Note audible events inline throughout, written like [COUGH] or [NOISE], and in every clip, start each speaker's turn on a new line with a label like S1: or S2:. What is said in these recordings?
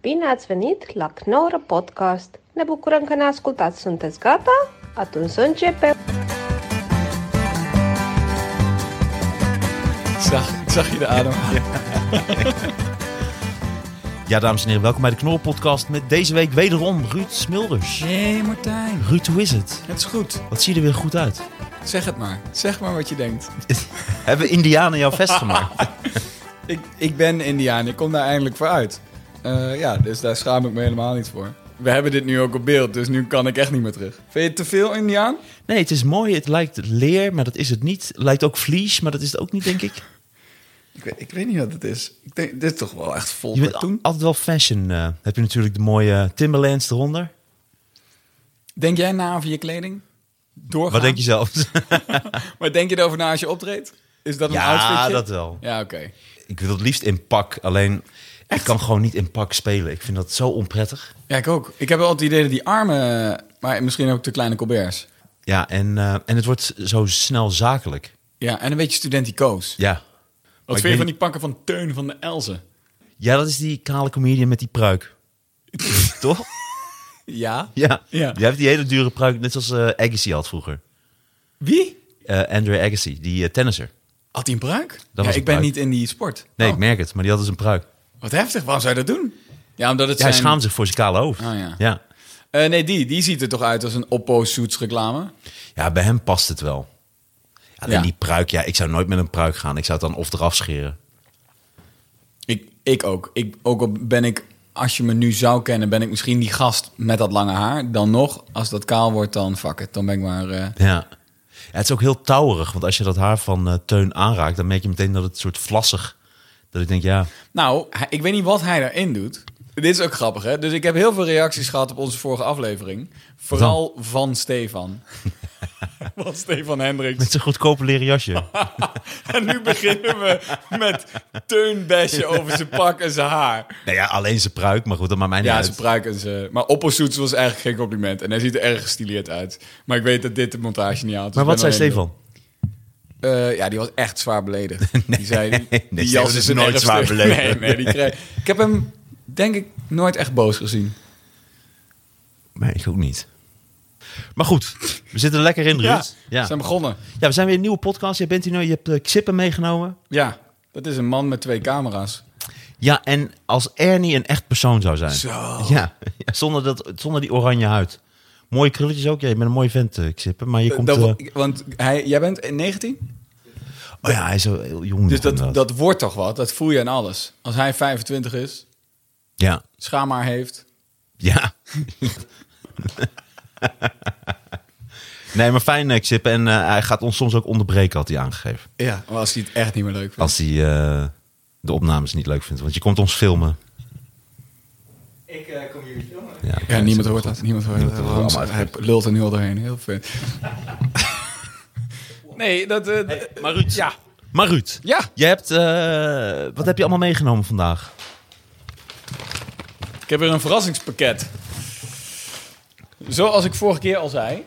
S1: Bine ați venit la Knorr Podcast! Ne bucurăm că ne ascultați! Sunteți gata? Atunci să începem!
S2: Zag, zag je de adem?
S3: Ja, dames en heren, welkom bij de Knorrelpodcast met deze week wederom Ruud Smilders.
S2: Nee, Martijn.
S3: Ruud, hoe is het?
S2: Het is goed.
S3: Wat zie je er weer goed uit?
S2: Zeg het maar. Zeg maar wat je denkt.
S3: Hebben Indianen jouw vest gemaakt?
S2: Ik, ik ben Indiaan. Ik kom daar eindelijk voor uit. Eh, ja, dus daar schaam ik me helemaal niet voor. We hebben dit nu ook op beeld, dus nu kan ik echt niet meer terug. Vind je het te veel, Indiaan?
S3: [LAUGHS] Nee, het is mooi. Het lijkt leer, maar dat is het niet. Het lijkt ook vlies, maar dat is het ook niet, denk ik.
S2: Ik weet, ik weet niet wat het is. Ik denk, dit is toch wel echt vol
S3: Je bent al-
S2: cartoon.
S3: altijd wel fashion. eh, heb je natuurlijk de mooie Timberlands eronder.
S2: Denk jij na over je kleding? Doorgaan?
S3: Wat denk je zelf?
S2: [LAUGHS]
S3: [LAUGHS]
S2: Maar denk je erover na als je optreedt? Is dat een
S3: Ja,
S2: outfitje?
S3: dat wel.
S2: Ja, oké.
S3: ik wil het liefst in pak, alleen ik kan gewoon niet in pak spelen. Ik vind dat zo onprettig.
S2: Ja, ik ook. Ik heb wel het idee dat die armen... Maar misschien ook te kleine colberts.
S3: Ja, en, eh, en het wordt zo snel zakelijk.
S2: Ja, en een beetje studenticoos.
S3: Ja.
S2: Wat
S3: Maar
S2: vind
S3: ik
S2: je van
S3: weet
S2: die pakken van Teun van de Elzen?
S3: Ja, dat is die kale comedian met die [LAUGHS] pruik. Toch?
S2: Ja.
S3: Ja.
S2: Ja.
S3: Die heeft die hele dure pruik, net zoals eh, Agassi had vroeger.
S2: Wie?
S3: Eh Andre Agassi, die eh, tennisser.
S2: Had hij een pruik? ja,
S3: was
S2: ik ben
S3: een pruik.
S2: niet in die sport.
S3: Nee,
S2: Oh,
S3: ik merk het, maar die had dus een pruik.
S2: Wat heftig, waarom zou je dat doen? Ja, omdat het
S3: Ja, hij
S2: zijn...
S3: schaamt zich voor zijn kale hoofd.
S2: Oh, ja.
S3: ja.
S2: Eh, nee, die, die ziet er toch uit als een Oppo Suits reclame?
S3: Ja, bij hem past het wel. Alleen
S2: Ja.
S3: die pruik, ja, ik zou nooit met een pruik gaan. Ik zou het dan of eraf scheren.
S2: Ik, ik ook. Ik, ook al ben ik, als je me nu zou kennen, ben ik misschien die gast met dat lange haar. Dan nog, als dat kaal wordt, dan fuck it. Dan ben ik maar... eh,
S3: Ja. Ja, het is ook heel touwerig, want als je dat haar van eh, Teun aanraakt, dan merk je meteen dat het soort vlassig. Dat ik denk, ja, [LAUGHS]
S2: Nou, hij- ik weet niet wat hij daarin doet. Dit is ook grappig, hè? Dus ik heb heel veel reacties gehad op onze vorige aflevering. Vooral van Stefan.
S3: [LAUGHS]
S2: van Stefan Hendricks. [LAUGHS]
S3: met zijn goedkope leren jasje. Nou
S2: En nu beginnen we met teunbesje over zijn pak en zijn haar.
S3: nou ja, alleen zijn pruik, maar goed, dat maakt mij niet
S2: Ja,
S3: uit.
S2: zijn pruik en zijn... Maar opposuits was eigenlijk geen compliment. En hij ziet er erg gestileerd uit. Maar ik weet dat dit de montage niet haalt. dus
S3: Maar wat
S2: ik ben
S3: zei
S2: alleen-
S3: Stefan?
S2: Eh, ja, die was echt zwaar beledigd. die zei, die,
S3: [LAUGHS] nee,
S2: die
S3: Stefan
S2: jas
S3: is
S2: is een
S3: nooit
S2: erfstuk.
S3: zwaar beledigd.
S2: Nee, nee, die kreeg... Ik heb hem, denk ik, nooit echt boos gezien.
S3: Nee, ik ook niet. Maar goed, we zitten er lekker in, Ruud.
S2: Ja,
S3: Ja,
S2: we zijn begonnen.
S3: Ja, we zijn weer een nieuwe podcast. Je bent hier nu, je hebt de Xippen meegenomen.
S2: Ja, dat is een man met twee camera's.
S3: Ja, en als Ernie een echt persoon zou zijn.
S2: Zo.
S3: Ja, [LAUGHS] ja, zonder, dat, zonder die oranje huid. Mooie krulletjes ook. Ja, je bent een mooie vent, eh, Xippen. Maar je komt...
S2: Dat-
S3: eh,
S2: want hij, jij bent 19?
S3: oh ja, hij is wel heel jong.
S2: Dus
S3: nog,
S2: dat,
S3: inderdaad.
S2: dat wordt toch wat? Dat voel je aan alles. Als hij 25 is,
S3: Ja,
S2: schaamhaar heeft.
S3: ja. [LAUGHS] nee, maar fijn, eh, Xippen. En eh, hij gaat ons soms ook onderbreken, had hij aangegeven.
S2: Ja. Maar als hij het echt niet meer leuk vindt.
S3: Als hij eh, de opnames niet leuk vindt. Want je komt ons filmen.
S4: Ik eh, kom jullie filmen.
S3: Ja,
S2: Ja, niemand hoort dat. Niemand hoort
S3: Niemand
S2: dat.
S3: hoort dat.
S2: Hans, hij lult er nu al doorheen. Heel vet.
S3: [LAUGHS]
S2: nee, dat... eh,
S3: Maar Ruud. Ja. Maar Ruud.
S2: Ja.
S3: Je hebt, eh, wat heb je allemaal meegenomen vandaag?
S2: ik heb weer een verrassingspakket. Zoals ik vorige keer al zei,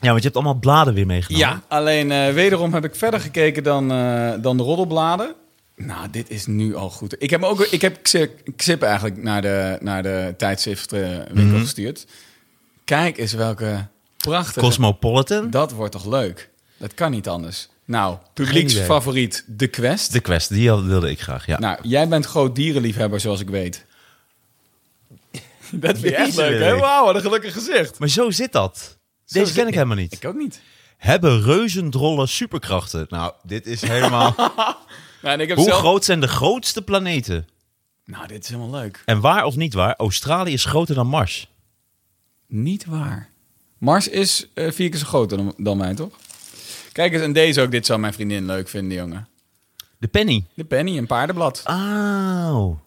S3: Ja, want je hebt allemaal bladen weer meegenomen.
S2: Ja, alleen eh, wederom heb ik verder gekeken dan, eh, dan de roddelbladen. Nou, dit is nu al goed. Ik heb, me ook, ik heb Xip, Xip eigenlijk naar de, naar de tijdschriftwinkel
S3: Mhm.
S2: gestuurd. Kijk eens welke prachtige...
S3: Cosmopolitan.
S2: Dat wordt toch leuk? Dat kan niet anders. Nou,
S3: idee.
S2: publieksfavoriet De Quest.
S3: De quest, die had- wilde ik graag. Ja.
S2: Nou, jij bent groot dierenliefhebber, zoals ik weet. dat vind je echt
S3: Deze
S2: leuk,
S3: wil
S2: hè?
S3: ik.
S2: Wauw, wat een gelukkig gezicht.
S3: Maar zo zit dat. Deze
S2: zit
S3: ken
S2: ik.
S3: ik helemaal niet.
S2: Ik ook niet.
S3: Hebben reuzendrollen superkrachten? Nou, dit is
S2: [LAUGHS]
S3: helemaal...
S2: Nou, en ik heb
S3: Hoe
S2: zelf...
S3: groot zijn de grootste planeten?
S2: Nou, dit is helemaal leuk.
S3: En waar of niet waar, Australië is groter dan Mars.
S2: Niet waar. Mars is eh, vier keer zo groot dan, dan mij, toch? Kijk eens, en deze ook. Dit zou mijn vriendin leuk vinden, jongen.
S3: De penny.
S2: De penny, een paardenblad.
S3: Auw.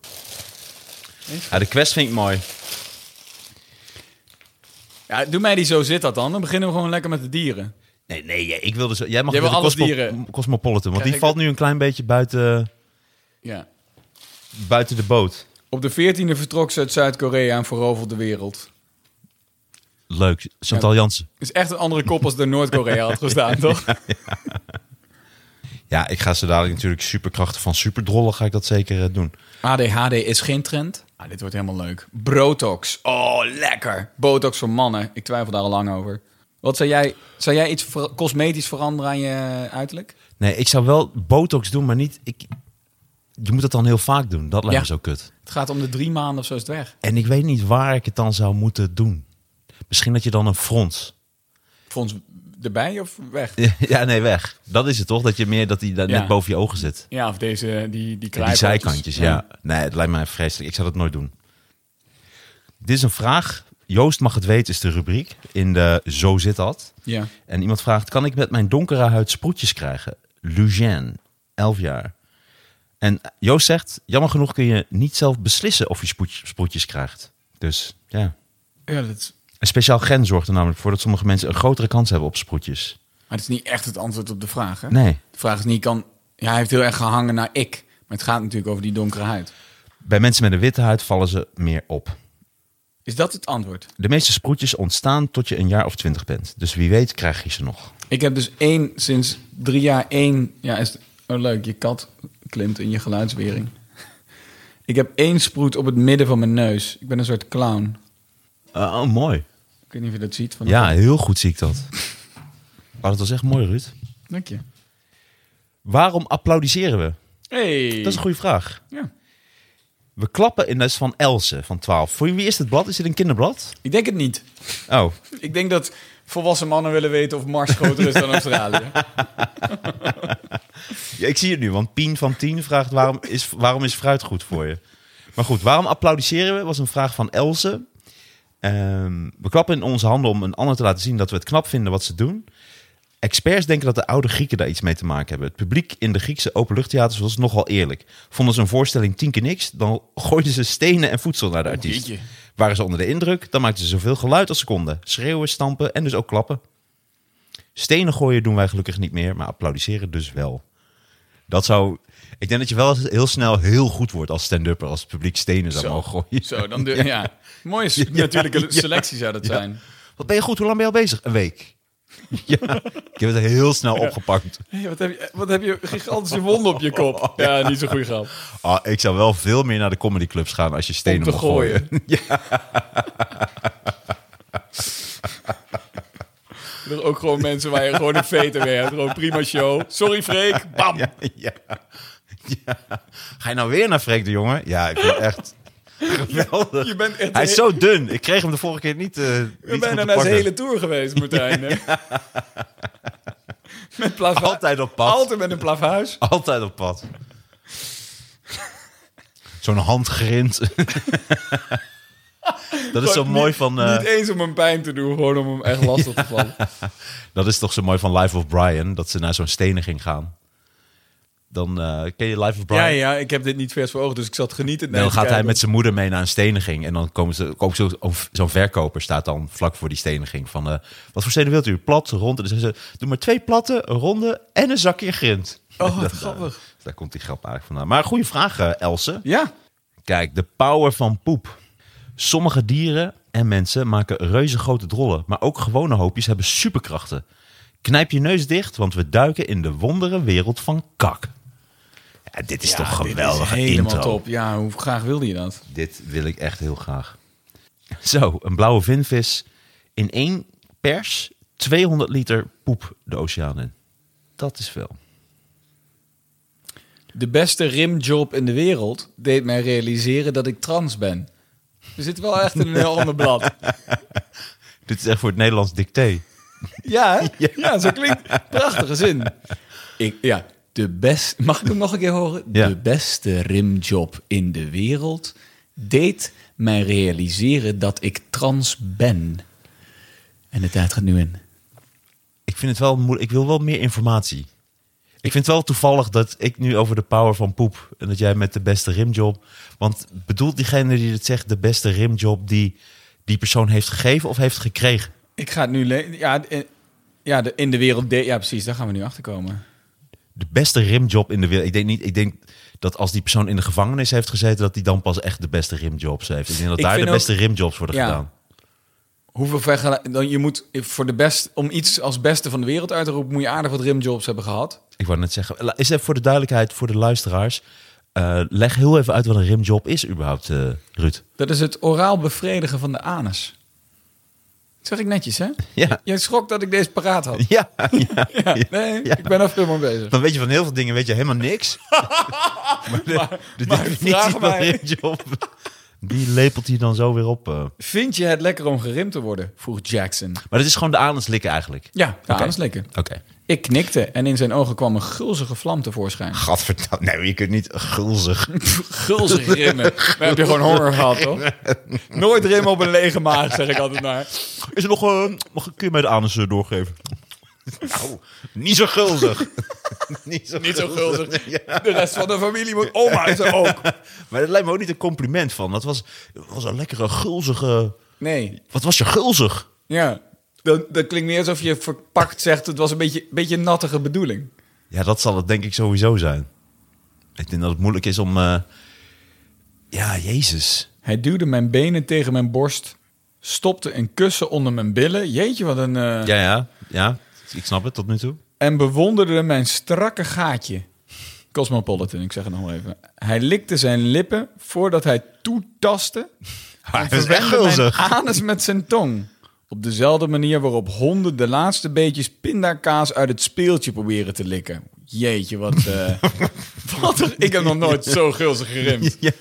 S3: Ja, de quest vind ik mooi.
S2: Ja, doe mij die zo zit dat dan. Dan beginnen we gewoon lekker met de dieren.
S3: Nee, nee, jij- ik wilde zo... Jij mag
S2: Jij
S3: weer
S2: wil
S3: de
S2: alles dieren.
S3: Cosmopolitan, want
S2: Krijg
S3: die
S2: ik
S3: valt nu een klein beetje buiten,
S2: Ja.
S3: buiten de boot.
S2: Op de 14e vertrok ze uit Zuid-Korea en veroverde de wereld.
S3: Leuk. Chantal Jansen.
S2: Is echt een andere kop als de Noord-Korea had gestaan, toch?
S3: Ja, ik ga ze dadelijk natuurlijk superkrachten van superdrollen, ga ik dat zeker eh, doen.
S2: ADHD is geen trend. Ah, dit wordt helemaal leuk. Brotox. Oh, lekker. Botox voor mannen. Ik twijfel daar al lang over. Wat zou jij, zou jij iets ver- cosmetisch veranderen aan je uiterlijk?
S3: Nee, ik zou wel botox doen, maar niet... Ik, je moet dat dan heel vaak doen. Dat lijkt
S2: Ja.
S3: me zo kut.
S2: Het gaat om de drie maanden of zo is het weg.
S3: En ik weet niet waar ik het dan zou moeten doen. Misschien dat je dan een
S2: [LAUGHS]
S3: frons.
S2: Fonds erbij of weg?
S3: Ja, nee, weg. Dat is het toch? Dat je meer dat die daar
S2: Ja.
S3: net boven je ogen zit.
S2: Ja, of deze, die, die
S3: Ja, die zijkantjes, ja. Nee, het lijkt mij vreselijk. Ik zou dat nooit doen. Dit is een vraag. Joost mag het weten is de rubriek in de Zo zit dat.
S2: Ja.
S3: En iemand vraagt, kan ik met mijn donkere huid sproetjes krijgen? Lugène, 11 jaar. En Joost zegt, jammer genoeg kun je niet zelf beslissen of je sproet- sproetjes krijgt. Dus ja.
S2: Ja, dat is,
S3: Een speciaal gen zorgt er namelijk voor dat sommige mensen een grotere kans hebben op sproetjes.
S2: maar dat is niet echt het antwoord op de vraag, hè?
S3: Nee.
S2: De vraag is niet, kan... Ja, hij heeft heel erg gehangen naar ik. Maar het gaat natuurlijk over die donkere huid.
S3: Bij mensen met een witte huid vallen ze meer op.
S2: Is dat het antwoord?
S3: De meeste sproetjes ontstaan tot je een jaar of twintig bent. Dus wie weet krijg je ze nog.
S2: Ik heb dus één, sinds drie jaar één... Ja, is oh, leuk, je kat klimt in je geluidswering. [LAUGHS] Ik heb één sproet op het midden van mijn neus. Ik ben een soort clown.
S3: oh, mooi.
S2: Ik weet niet of je dat ziet. Van
S3: Ja, heel goed zie ik dat. Maar dat [LAUGHS] was echt mooi, Ruud.
S2: Dank je.
S3: Waarom applaudisseren we?
S2: Hey.
S3: Dat is een goede vraag.
S2: Ja.
S3: We klappen in dat is van Else, van 12. Voor wie is dit blad? Is dit een kinderblad?
S2: Ik denk het niet.
S3: Oh,
S2: Ik denk dat volwassen mannen willen weten of Mars groter is
S3: [LAUGHS]
S2: dan Australië.
S3: ja, ik zie het nu, want Pien van 10 vraagt waarom is, waarom is fruit goed voor je? Maar goed, waarom applaudisseren we? was een vraag van Else. Ehm, we klappen in onze handen om een ander te laten zien dat we het knap vinden wat ze doen. Experts denken dat de oude Grieken daar iets mee te maken hebben. Het publiek in de Griekse openluchttheaters was nogal eerlijk. Vonden ze een voorstelling tien keer niks, dan gooiden ze stenen en voedsel naar de artiest.
S2: jeetje.
S3: Waren ze onder de indruk, dan maakten ze zoveel geluid als ze konden. Schreeuwen, stampen en dus ook klappen. Stenen gooien doen wij gelukkig niet meer, maar applaudisseren dus wel. Dat zou... Ik denk dat je wel heel snel heel goed wordt als stand-upper... als het publiek stenen zou
S2: Zo.
S3: mogen gooien.
S2: Zo, dan de, ja. Mooie s- natuurlijke selectie zou dat zijn.
S3: Wat ben je goed? Hoe lang ben je al bezig? Een week. [LAUGHS] ja, ik heb het heel snel opgepakt.
S2: Hey, wat, heb je, wat heb je gigantische wonden op je
S3: Oh.
S2: kop? Ja, niet zo'n goede grap.
S3: Ah, ik zou wel veel meer naar de comedyclubs gaan als je
S2: Om
S3: stenen
S2: te
S3: mag gooien. [LAUGHS]
S2: gooien. [LAUGHS] Er ook gewoon mensen waar je gewoon een veter mee hebt. Gewoon prima show. Sorry Freek. Bam.
S3: Ja. Ja. Ga je nou weer naar Freek de Jonge? Ja, ik vind het
S2: [LAUGHS]
S3: echt geweldig.
S2: Je bent echt
S3: Hij is
S2: he-
S3: zo dun. Ik kreeg hem de vorige keer niet, eh niet
S2: We
S3: goed te
S2: zijn bijna naar zijn
S3: pakken.
S2: hele tour geweest, Martijn. hè? Met plaf-
S3: Altijd op pad.
S2: Altijd met een plafhuis.
S3: Altijd op pad. Zo'n
S2: [LAUGHS]
S3: handgrind. dat is zo
S2: Gewoon
S3: mooi
S2: niet-
S3: van... eh,
S2: Niet eens om hem pijn te doen, gewoon om hem echt
S3: [LAUGHS]
S2: lastig te vallen.
S3: Dat is toch zo mooi van Life of Brian, dat ze naar zo'n steniging gaan. Dan eh, ken je Life of Brian.
S2: Ja, ja, ik heb dit niet vers voor ogen, dus ik zat genieten.
S3: En dan gaat hij met
S2: z'n
S3: zijn moeder mee naar een steniging. En dan komen ze, ook zo, zo'n verkoper staat dan vlak voor die steniging. Van, eh, wat voor stenen wilt u? Plat, rond. En dan zeggen ze, doe maar twee platte, een ronde en een zakje grind.
S2: Oh, wat
S3: Dat, eh,
S2: grappig.
S3: daar komt die grap eigenlijk vandaan. Maar goede vraag, eh, Else.
S2: Ja,
S3: Kijk, de power van poep. Sommige dieren en mensen maken reuze grote drollen, maar ook gewone hoopjes hebben superkrachten. Knijp je neus dicht, want we duiken in de wondere wereld van kak. Ja, dit is
S2: Ja,
S3: toch
S2: dit
S3: geweldig
S2: is helemaal
S3: intro.
S2: top. Ja, hoe graag wilde je dat?
S3: Dit wil ik echt heel graag. Zo, een blauwe vinvis in één pers 200 liter poep de oceaan in. Dat is veel.
S2: De beste rimjob in de wereld deed mij realiseren dat ik trans ben. We zitten wel echt in een heel ander blad.
S3: Dit is echt voor het Nederlands dicté.
S2: Ja, hè? [LAUGHS] Ja. zo klinkt. Prachtige zin. Ik, ja, de best, mag ik hem nog een keer horen?
S3: Ja.
S2: De beste rimjob in de wereld deed mij realiseren dat ik trans ben. En de tijd gaat nu in.
S3: Ik vind het wel moeilijk. Ik wil wel meer informatie. Ik vind het wel toevallig dat ik nu over de power van poep en dat jij met de beste rimjob. Want bedoelt diegene die het zegt de beste rimjob die die persoon heeft gegeven of heeft gekregen?
S2: Ik ga het nu... le- Ja, in, ja, de- in de wereld... De ja, precies. Daar gaan we nu achter komen.
S3: De beste rimjob in de wereld. Ik denk niet. Ik denk dat als die persoon in de gevangenis heeft gezeten, dat die dan pas echt de beste rimjobs heeft. Ik denk dat
S2: Ik
S3: daar de
S2: vind ook-
S3: beste rimjobs worden
S2: Ja.
S3: gedaan.
S2: Hoeveel eh, vergelijken... Je moet voor de best... Om iets als beste van de wereld uit te roepen... moet je aardig wat rimjobs hebben gehad.
S3: Ik wou net zeggen, la- is even voor de duidelijkheid voor de luisteraars. eh, leg heel even uit wat een rimjob is überhaupt, eh, Ruud.
S2: Dat is het oraal bevredigen van de anus. Dat zeg ik netjes, hè?
S3: Ja.
S2: Je schrok dat ik deze paraat had.
S3: [LAUGHS] Ja, ja,
S2: [LAUGHS] Ja, nee, ik ben af helemaal bezig.
S3: Dan weet je van heel veel dingen weet je helemaal
S2: [LAUGHS]
S3: niks. maar de, de
S2: maar
S3: definitie
S2: vraag
S3: van
S2: mij.
S3: rimjob, die lepelt hij dan zo weer op. eh.
S2: Vind je het lekker om gerimd te worden? vroeg Jackson.
S3: Maar dat is gewoon de anus likken eigenlijk.
S2: Ja, de
S3: Oké.
S2: anus likken.
S3: Oké.
S2: Ik knikte en in zijn ogen kwam een gulzige vlam tevoorschijn.
S3: Gadverdamme, nee, je kunt niet gulzig.
S2: [LAUGHS] Gulzig rimmen. [LAUGHS] Dan heb je gewoon honger gehad, [LAUGHS] toch? Nooit rimmen op een lege maag, zeg ik altijd maar.
S3: Is er nog een... Mag ik kun je mij de anus eh, doorgeven? Nou, niet zo [LAUGHS] gulzig. niet zo
S2: Niet zo gulzig. De rest van de familie moet... Oma is er ook.
S3: Maar dat lijkt me ook niet een compliment van. Dat was, dat was een lekkere gulzige...
S2: Nee,
S3: Wat was je gulzig?
S2: ja. Dat, dat klinkt meer alsof je verpakt zegt... het was een beetje, beetje nattige bedoeling.
S3: Ja, dat zal het denk ik sowieso zijn. Ik denk dat het moeilijk is om... eh, Ja, Jezus.
S2: Hij duwde mijn benen tegen mijn borst... stopte een kussen onder mijn billen... jeetje, wat een... eh,
S3: Ja, ja, ja. Ik snap het tot nu toe.
S2: en bewonderde mijn strakke gaatje. Cosmopolitan, ik zeg het nog wel even. Hij likte zijn lippen voordat hij toetastte.
S3: Hij
S2: en verwende mijn [LAUGHS] anus met zijn tong. Op dezelfde manier waarop honden de laatste beetjes pindakaas uit het speeltje proberen te likken. Jeetje, wat... eh, wat een- ik heb nog nooit zo gulzig gerimd.
S3: [LAUGHS] Ja.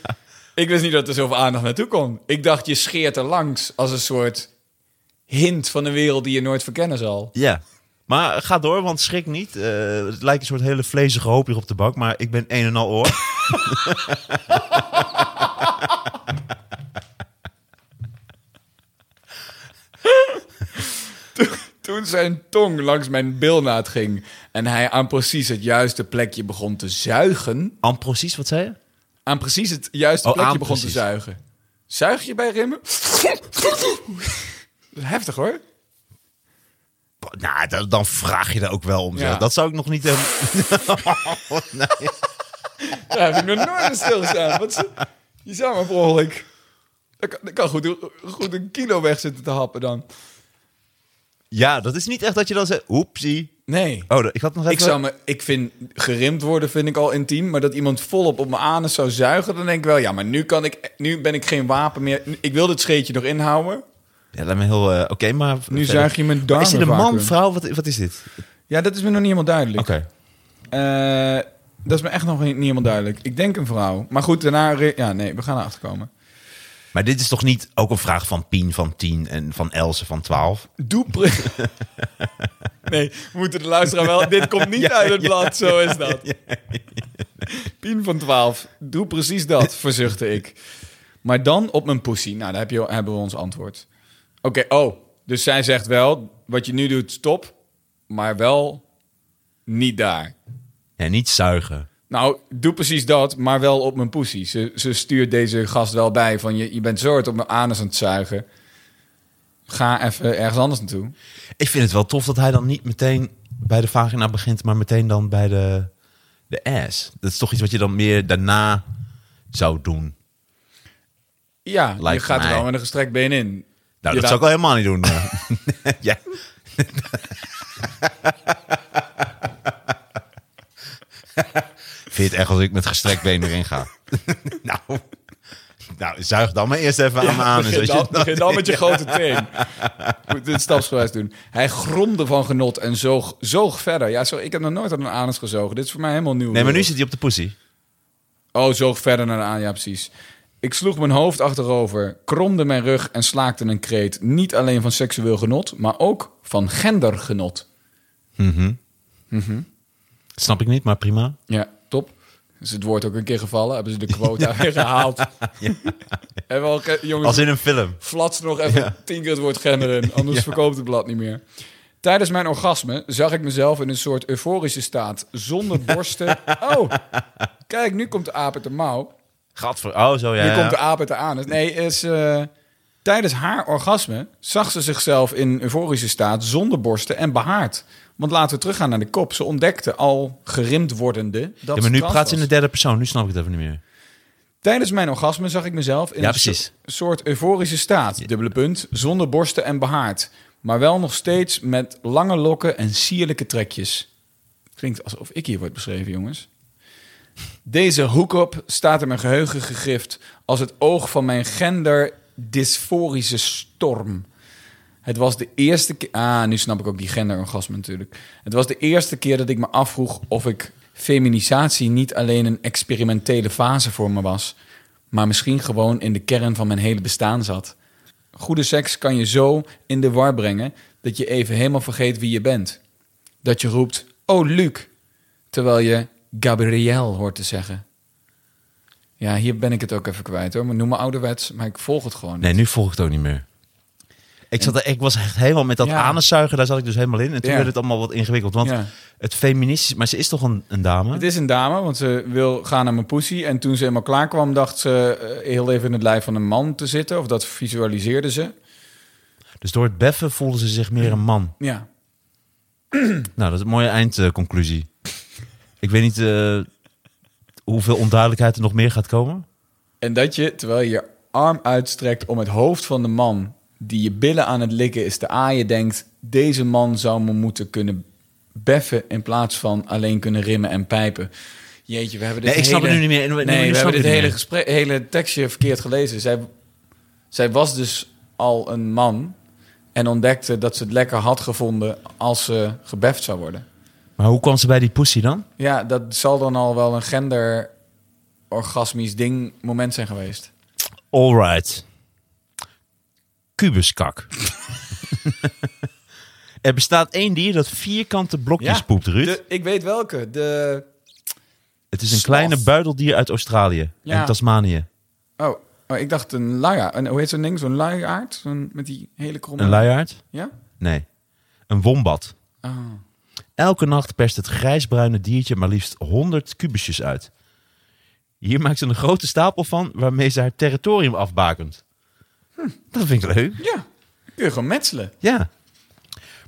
S2: Ik wist niet dat er zoveel aandacht naartoe kon. Ik dacht, je scheert er langs als een soort hint van een wereld die je nooit verkennen zal.
S3: Ja. Maar ga door, want schrik niet. Eh, het lijkt een soort hele vlezige hoop hier op de bank, maar ik ben een en al [LAUGHS] oor.
S2: Toen zijn tong langs mijn bilnaad ging en hij aan precies het juiste plekje begon te zuigen.
S3: Am precies, wat zei je?
S2: Aan precies het juiste
S3: Oh,
S2: plekje
S3: aan
S2: begon te
S3: precies.
S2: zuigen. Zuig je bij rimmen? Heftig hoor.
S3: Nou, dan, dan vraag je er ook wel om. zeg.
S2: Ja.
S3: Dat zou ik nog niet... Oh, eh, [LAUGHS]
S2: Daar heb ik nog nooit bij stilgestaan. Wat is- je zou maar per ongeluk. Dat kan, dat kan goed, goed een kilo weg zitten te happen dan.
S3: ja, dat is niet echt dat je dan zegt... Oepsie.
S2: Nee.
S3: Oh, ik had nog even...
S2: Ik, zou me, ik vind gerimd worden vind ik al intiem, maar dat iemand volop op mijn anus zou zuigen, dan denk ik wel, ja, maar nu, kan ik, nu ben ik geen wapen meer. Ik wil dit scheetje nog inhouden.
S3: Ja, dat me heel... eh, Oké, maar...
S2: Nu zuig je mijn
S3: Maar
S2: darmen
S3: Is dit een man,
S2: vacuüm.
S3: vrouw? Wat, wat is dit?
S2: Ja, dat is me nog niet helemaal duidelijk.
S3: Oké.
S2: Eh, dat is me echt nog niet, niet helemaal duidelijk. Ik denk een vrouw. Maar goed, daarna... re- Ja, nee, we gaan erachter komen.
S3: Maar dit is toch niet ook een vraag van Pien van 10 en van Else van 12?
S2: Doe... pre- nee, we moeten de luisteraar wel... Dit komt niet uit het blad, zo is dat. Pien van 12. Doe precies dat, verzuchtte ik. Maar dan op mijn pussy. Nou, daar heb je, hebben we ons antwoord. Oké, oh. Dus zij zegt wel, wat je nu doet, stop. Maar wel niet daar.
S3: Ja, niet zuigen.
S2: Nou, doe precies dat, maar wel op mijn poesie. Ze, ze stuurt deze gast wel bij van... Je, je bent zo hard op mijn anus aan het zuigen. Ga even ergens anders naartoe.
S3: Ik vind het wel tof dat hij dan niet meteen bij de vagina begint, maar meteen dan bij de, de ass. Dat is toch iets wat je dan meer daarna zou doen.
S2: Ja, je
S3: Lijkt
S2: gaat er
S3: mij.
S2: wel met een gestrekt been in.
S3: Nou,
S2: Je
S3: dat
S2: laat-
S3: zou ik
S2: [LAUGHS]
S3: al helemaal niet doen. eh. [LAUGHS] ja. Vind je het echt als ik met gestrekt been erin ga? [LAUGHS] nou, nou, zuig dan maar eerst even aan me aan.
S2: Begin dan, begin dan met je grote
S3: [LAUGHS]
S2: teen. Moet dit stapsgewijs doen. Hij gromde van genot en zoog, zoog verder. Ja, zo, ik heb nog nooit aan een anus gezogen. Dit is voor mij helemaal nieuw.
S3: Nee, maar nu
S2: Wereld.
S3: zit hij op de pussy.
S2: Oh, zoog verder naar de aan. Ja, precies. Ik sloeg mijn hoofd achterover, kromde mijn rug en slaakte een kreet. Niet alleen van seksueel genot, maar ook van gendergenot.
S3: Mhm.
S2: Mhm.
S3: Snap ik niet, maar prima.
S2: Ja, top. Is het woord ook een keer gevallen? Hebben ze de
S3: [LAUGHS]
S2: quota weer gehaald? Hebben we al, ge- jongens,
S3: Als in een film.
S2: flats nog even tien keer het woord gender in. Anders verkoopt het blad niet meer. Tijdens mijn orgasme zag ik mezelf in een soort euforische staat. Zonder
S3: [LAUGHS]
S2: borsten. Oh, kijk, nu komt de aap uit de mouw.
S3: Gadver. Oh, zo ja.
S2: Hier
S3: ja.
S2: komt de aap uit de anus. Nee, is, eh, tijdens haar orgasme zag ze zichzelf in euforische staat zonder borsten en behaard. Want laten we teruggaan naar de kop. Ze ontdekte al gerimd wordende dat
S3: Ja, maar nu
S2: ze trans
S3: praat je in de
S2: was.
S3: derde persoon. Nu snap ik het even niet meer.
S2: Tijdens mijn orgasme zag ik mezelf in
S3: Ja,
S2: een
S3: precies.
S2: so- soort euforische staat. Dubbele punt, zonder borsten en behaard. Maar wel nog steeds met lange lokken en sierlijke trekjes. Klinkt alsof ik hier word beschreven, jongens. Deze hoek-up staat in mijn geheugen gegrift als het oog van mijn genderdysforische storm. Het was de eerste keer... Ah, nu snap ik ook die genderorgasme natuurlijk. Het was de eerste keer dat ik me afvroeg of ik feminisatie niet alleen een experimentele fase voor me was, maar misschien gewoon in de kern van mijn hele bestaan zat. Goede seks kan je zo in de war brengen dat je even helemaal vergeet wie je bent. Dat je roept, oh Luc, terwijl je Gabriel hoort te zeggen. Ja, hier ben ik het ook even kwijt hoor. Maar noem me ouderwets, maar ik volg het gewoon niet.
S3: Nee, nu volg ik het ook niet meer. Ik, zat, er- ik was echt helemaal met dat
S2: Ja.
S3: anuszuigen, daar zat ik dus helemaal in. En toen
S2: Ja.
S3: werd het allemaal wat ingewikkeld. Want
S2: Ja.
S3: het feministisch... Maar ze is toch een, een dame?
S2: Het is een dame, want ze wil gaan naar mijn poesie. En toen ze helemaal klaar kwam, dacht ze eh, heel even in het lijf van een man te zitten. Of dat visualiseerde ze.
S3: Dus door het beffen voelde ze zich meer een man.
S2: Ja,
S3: Nou, dat is een mooie eindconclusie. ik weet niet eh, hoeveel onduidelijkheid er nog meer gaat komen.
S2: En dat je, terwijl je je arm uitstrekt om het hoofd van de man die je billen aan het likken is te aaien, denkt: deze man zou me moeten kunnen beffen in plaats van alleen kunnen rimmen en pijpen. Jeetje, we hebben dit
S3: Nee, ik snap
S2: hele-
S3: het nu niet meer. Nu- nu-
S2: Nee,
S3: nu
S2: we
S3: snap
S2: hebben dit
S3: ik het
S2: hele,
S3: niet
S2: gesprek, hele tekstje verkeerd gelezen. Zij, zij was dus al een man en ontdekte dat ze het lekker had gevonden als ze gebeft zou worden.
S3: Maar hoe kwam ze bij die pussy dan?
S2: Ja, dat zal dan al wel een gender-orgasmisch ding moment zijn geweest. [LAUGHS]
S3: Alright. Kubuskak. er bestaat één dier dat vierkante blokjes poept, Ruud.
S2: de- ik weet welke. De,
S3: Het is een
S2: Sloth.
S3: kleine buideldier uit Australië
S2: Ja.
S3: en Tasmanië.
S2: oh, oh, ik dacht een luiaard. Een, hoe heet zo'n ding? Zo'n luiaard? Zo'n, met die hele kromme...
S3: Een luiaard?
S2: Ja?
S3: Nee. Een wombat.
S2: Oh.
S3: Elke nacht perst het grijsbruine diertje maar liefst 100 kubusjes uit. Hier maakt ze een grote stapel van waarmee ze haar territorium afbakent.
S2: Hm.
S3: Dat vind ik leuk.
S2: Ja, kun je gewoon metselen.
S3: Ja.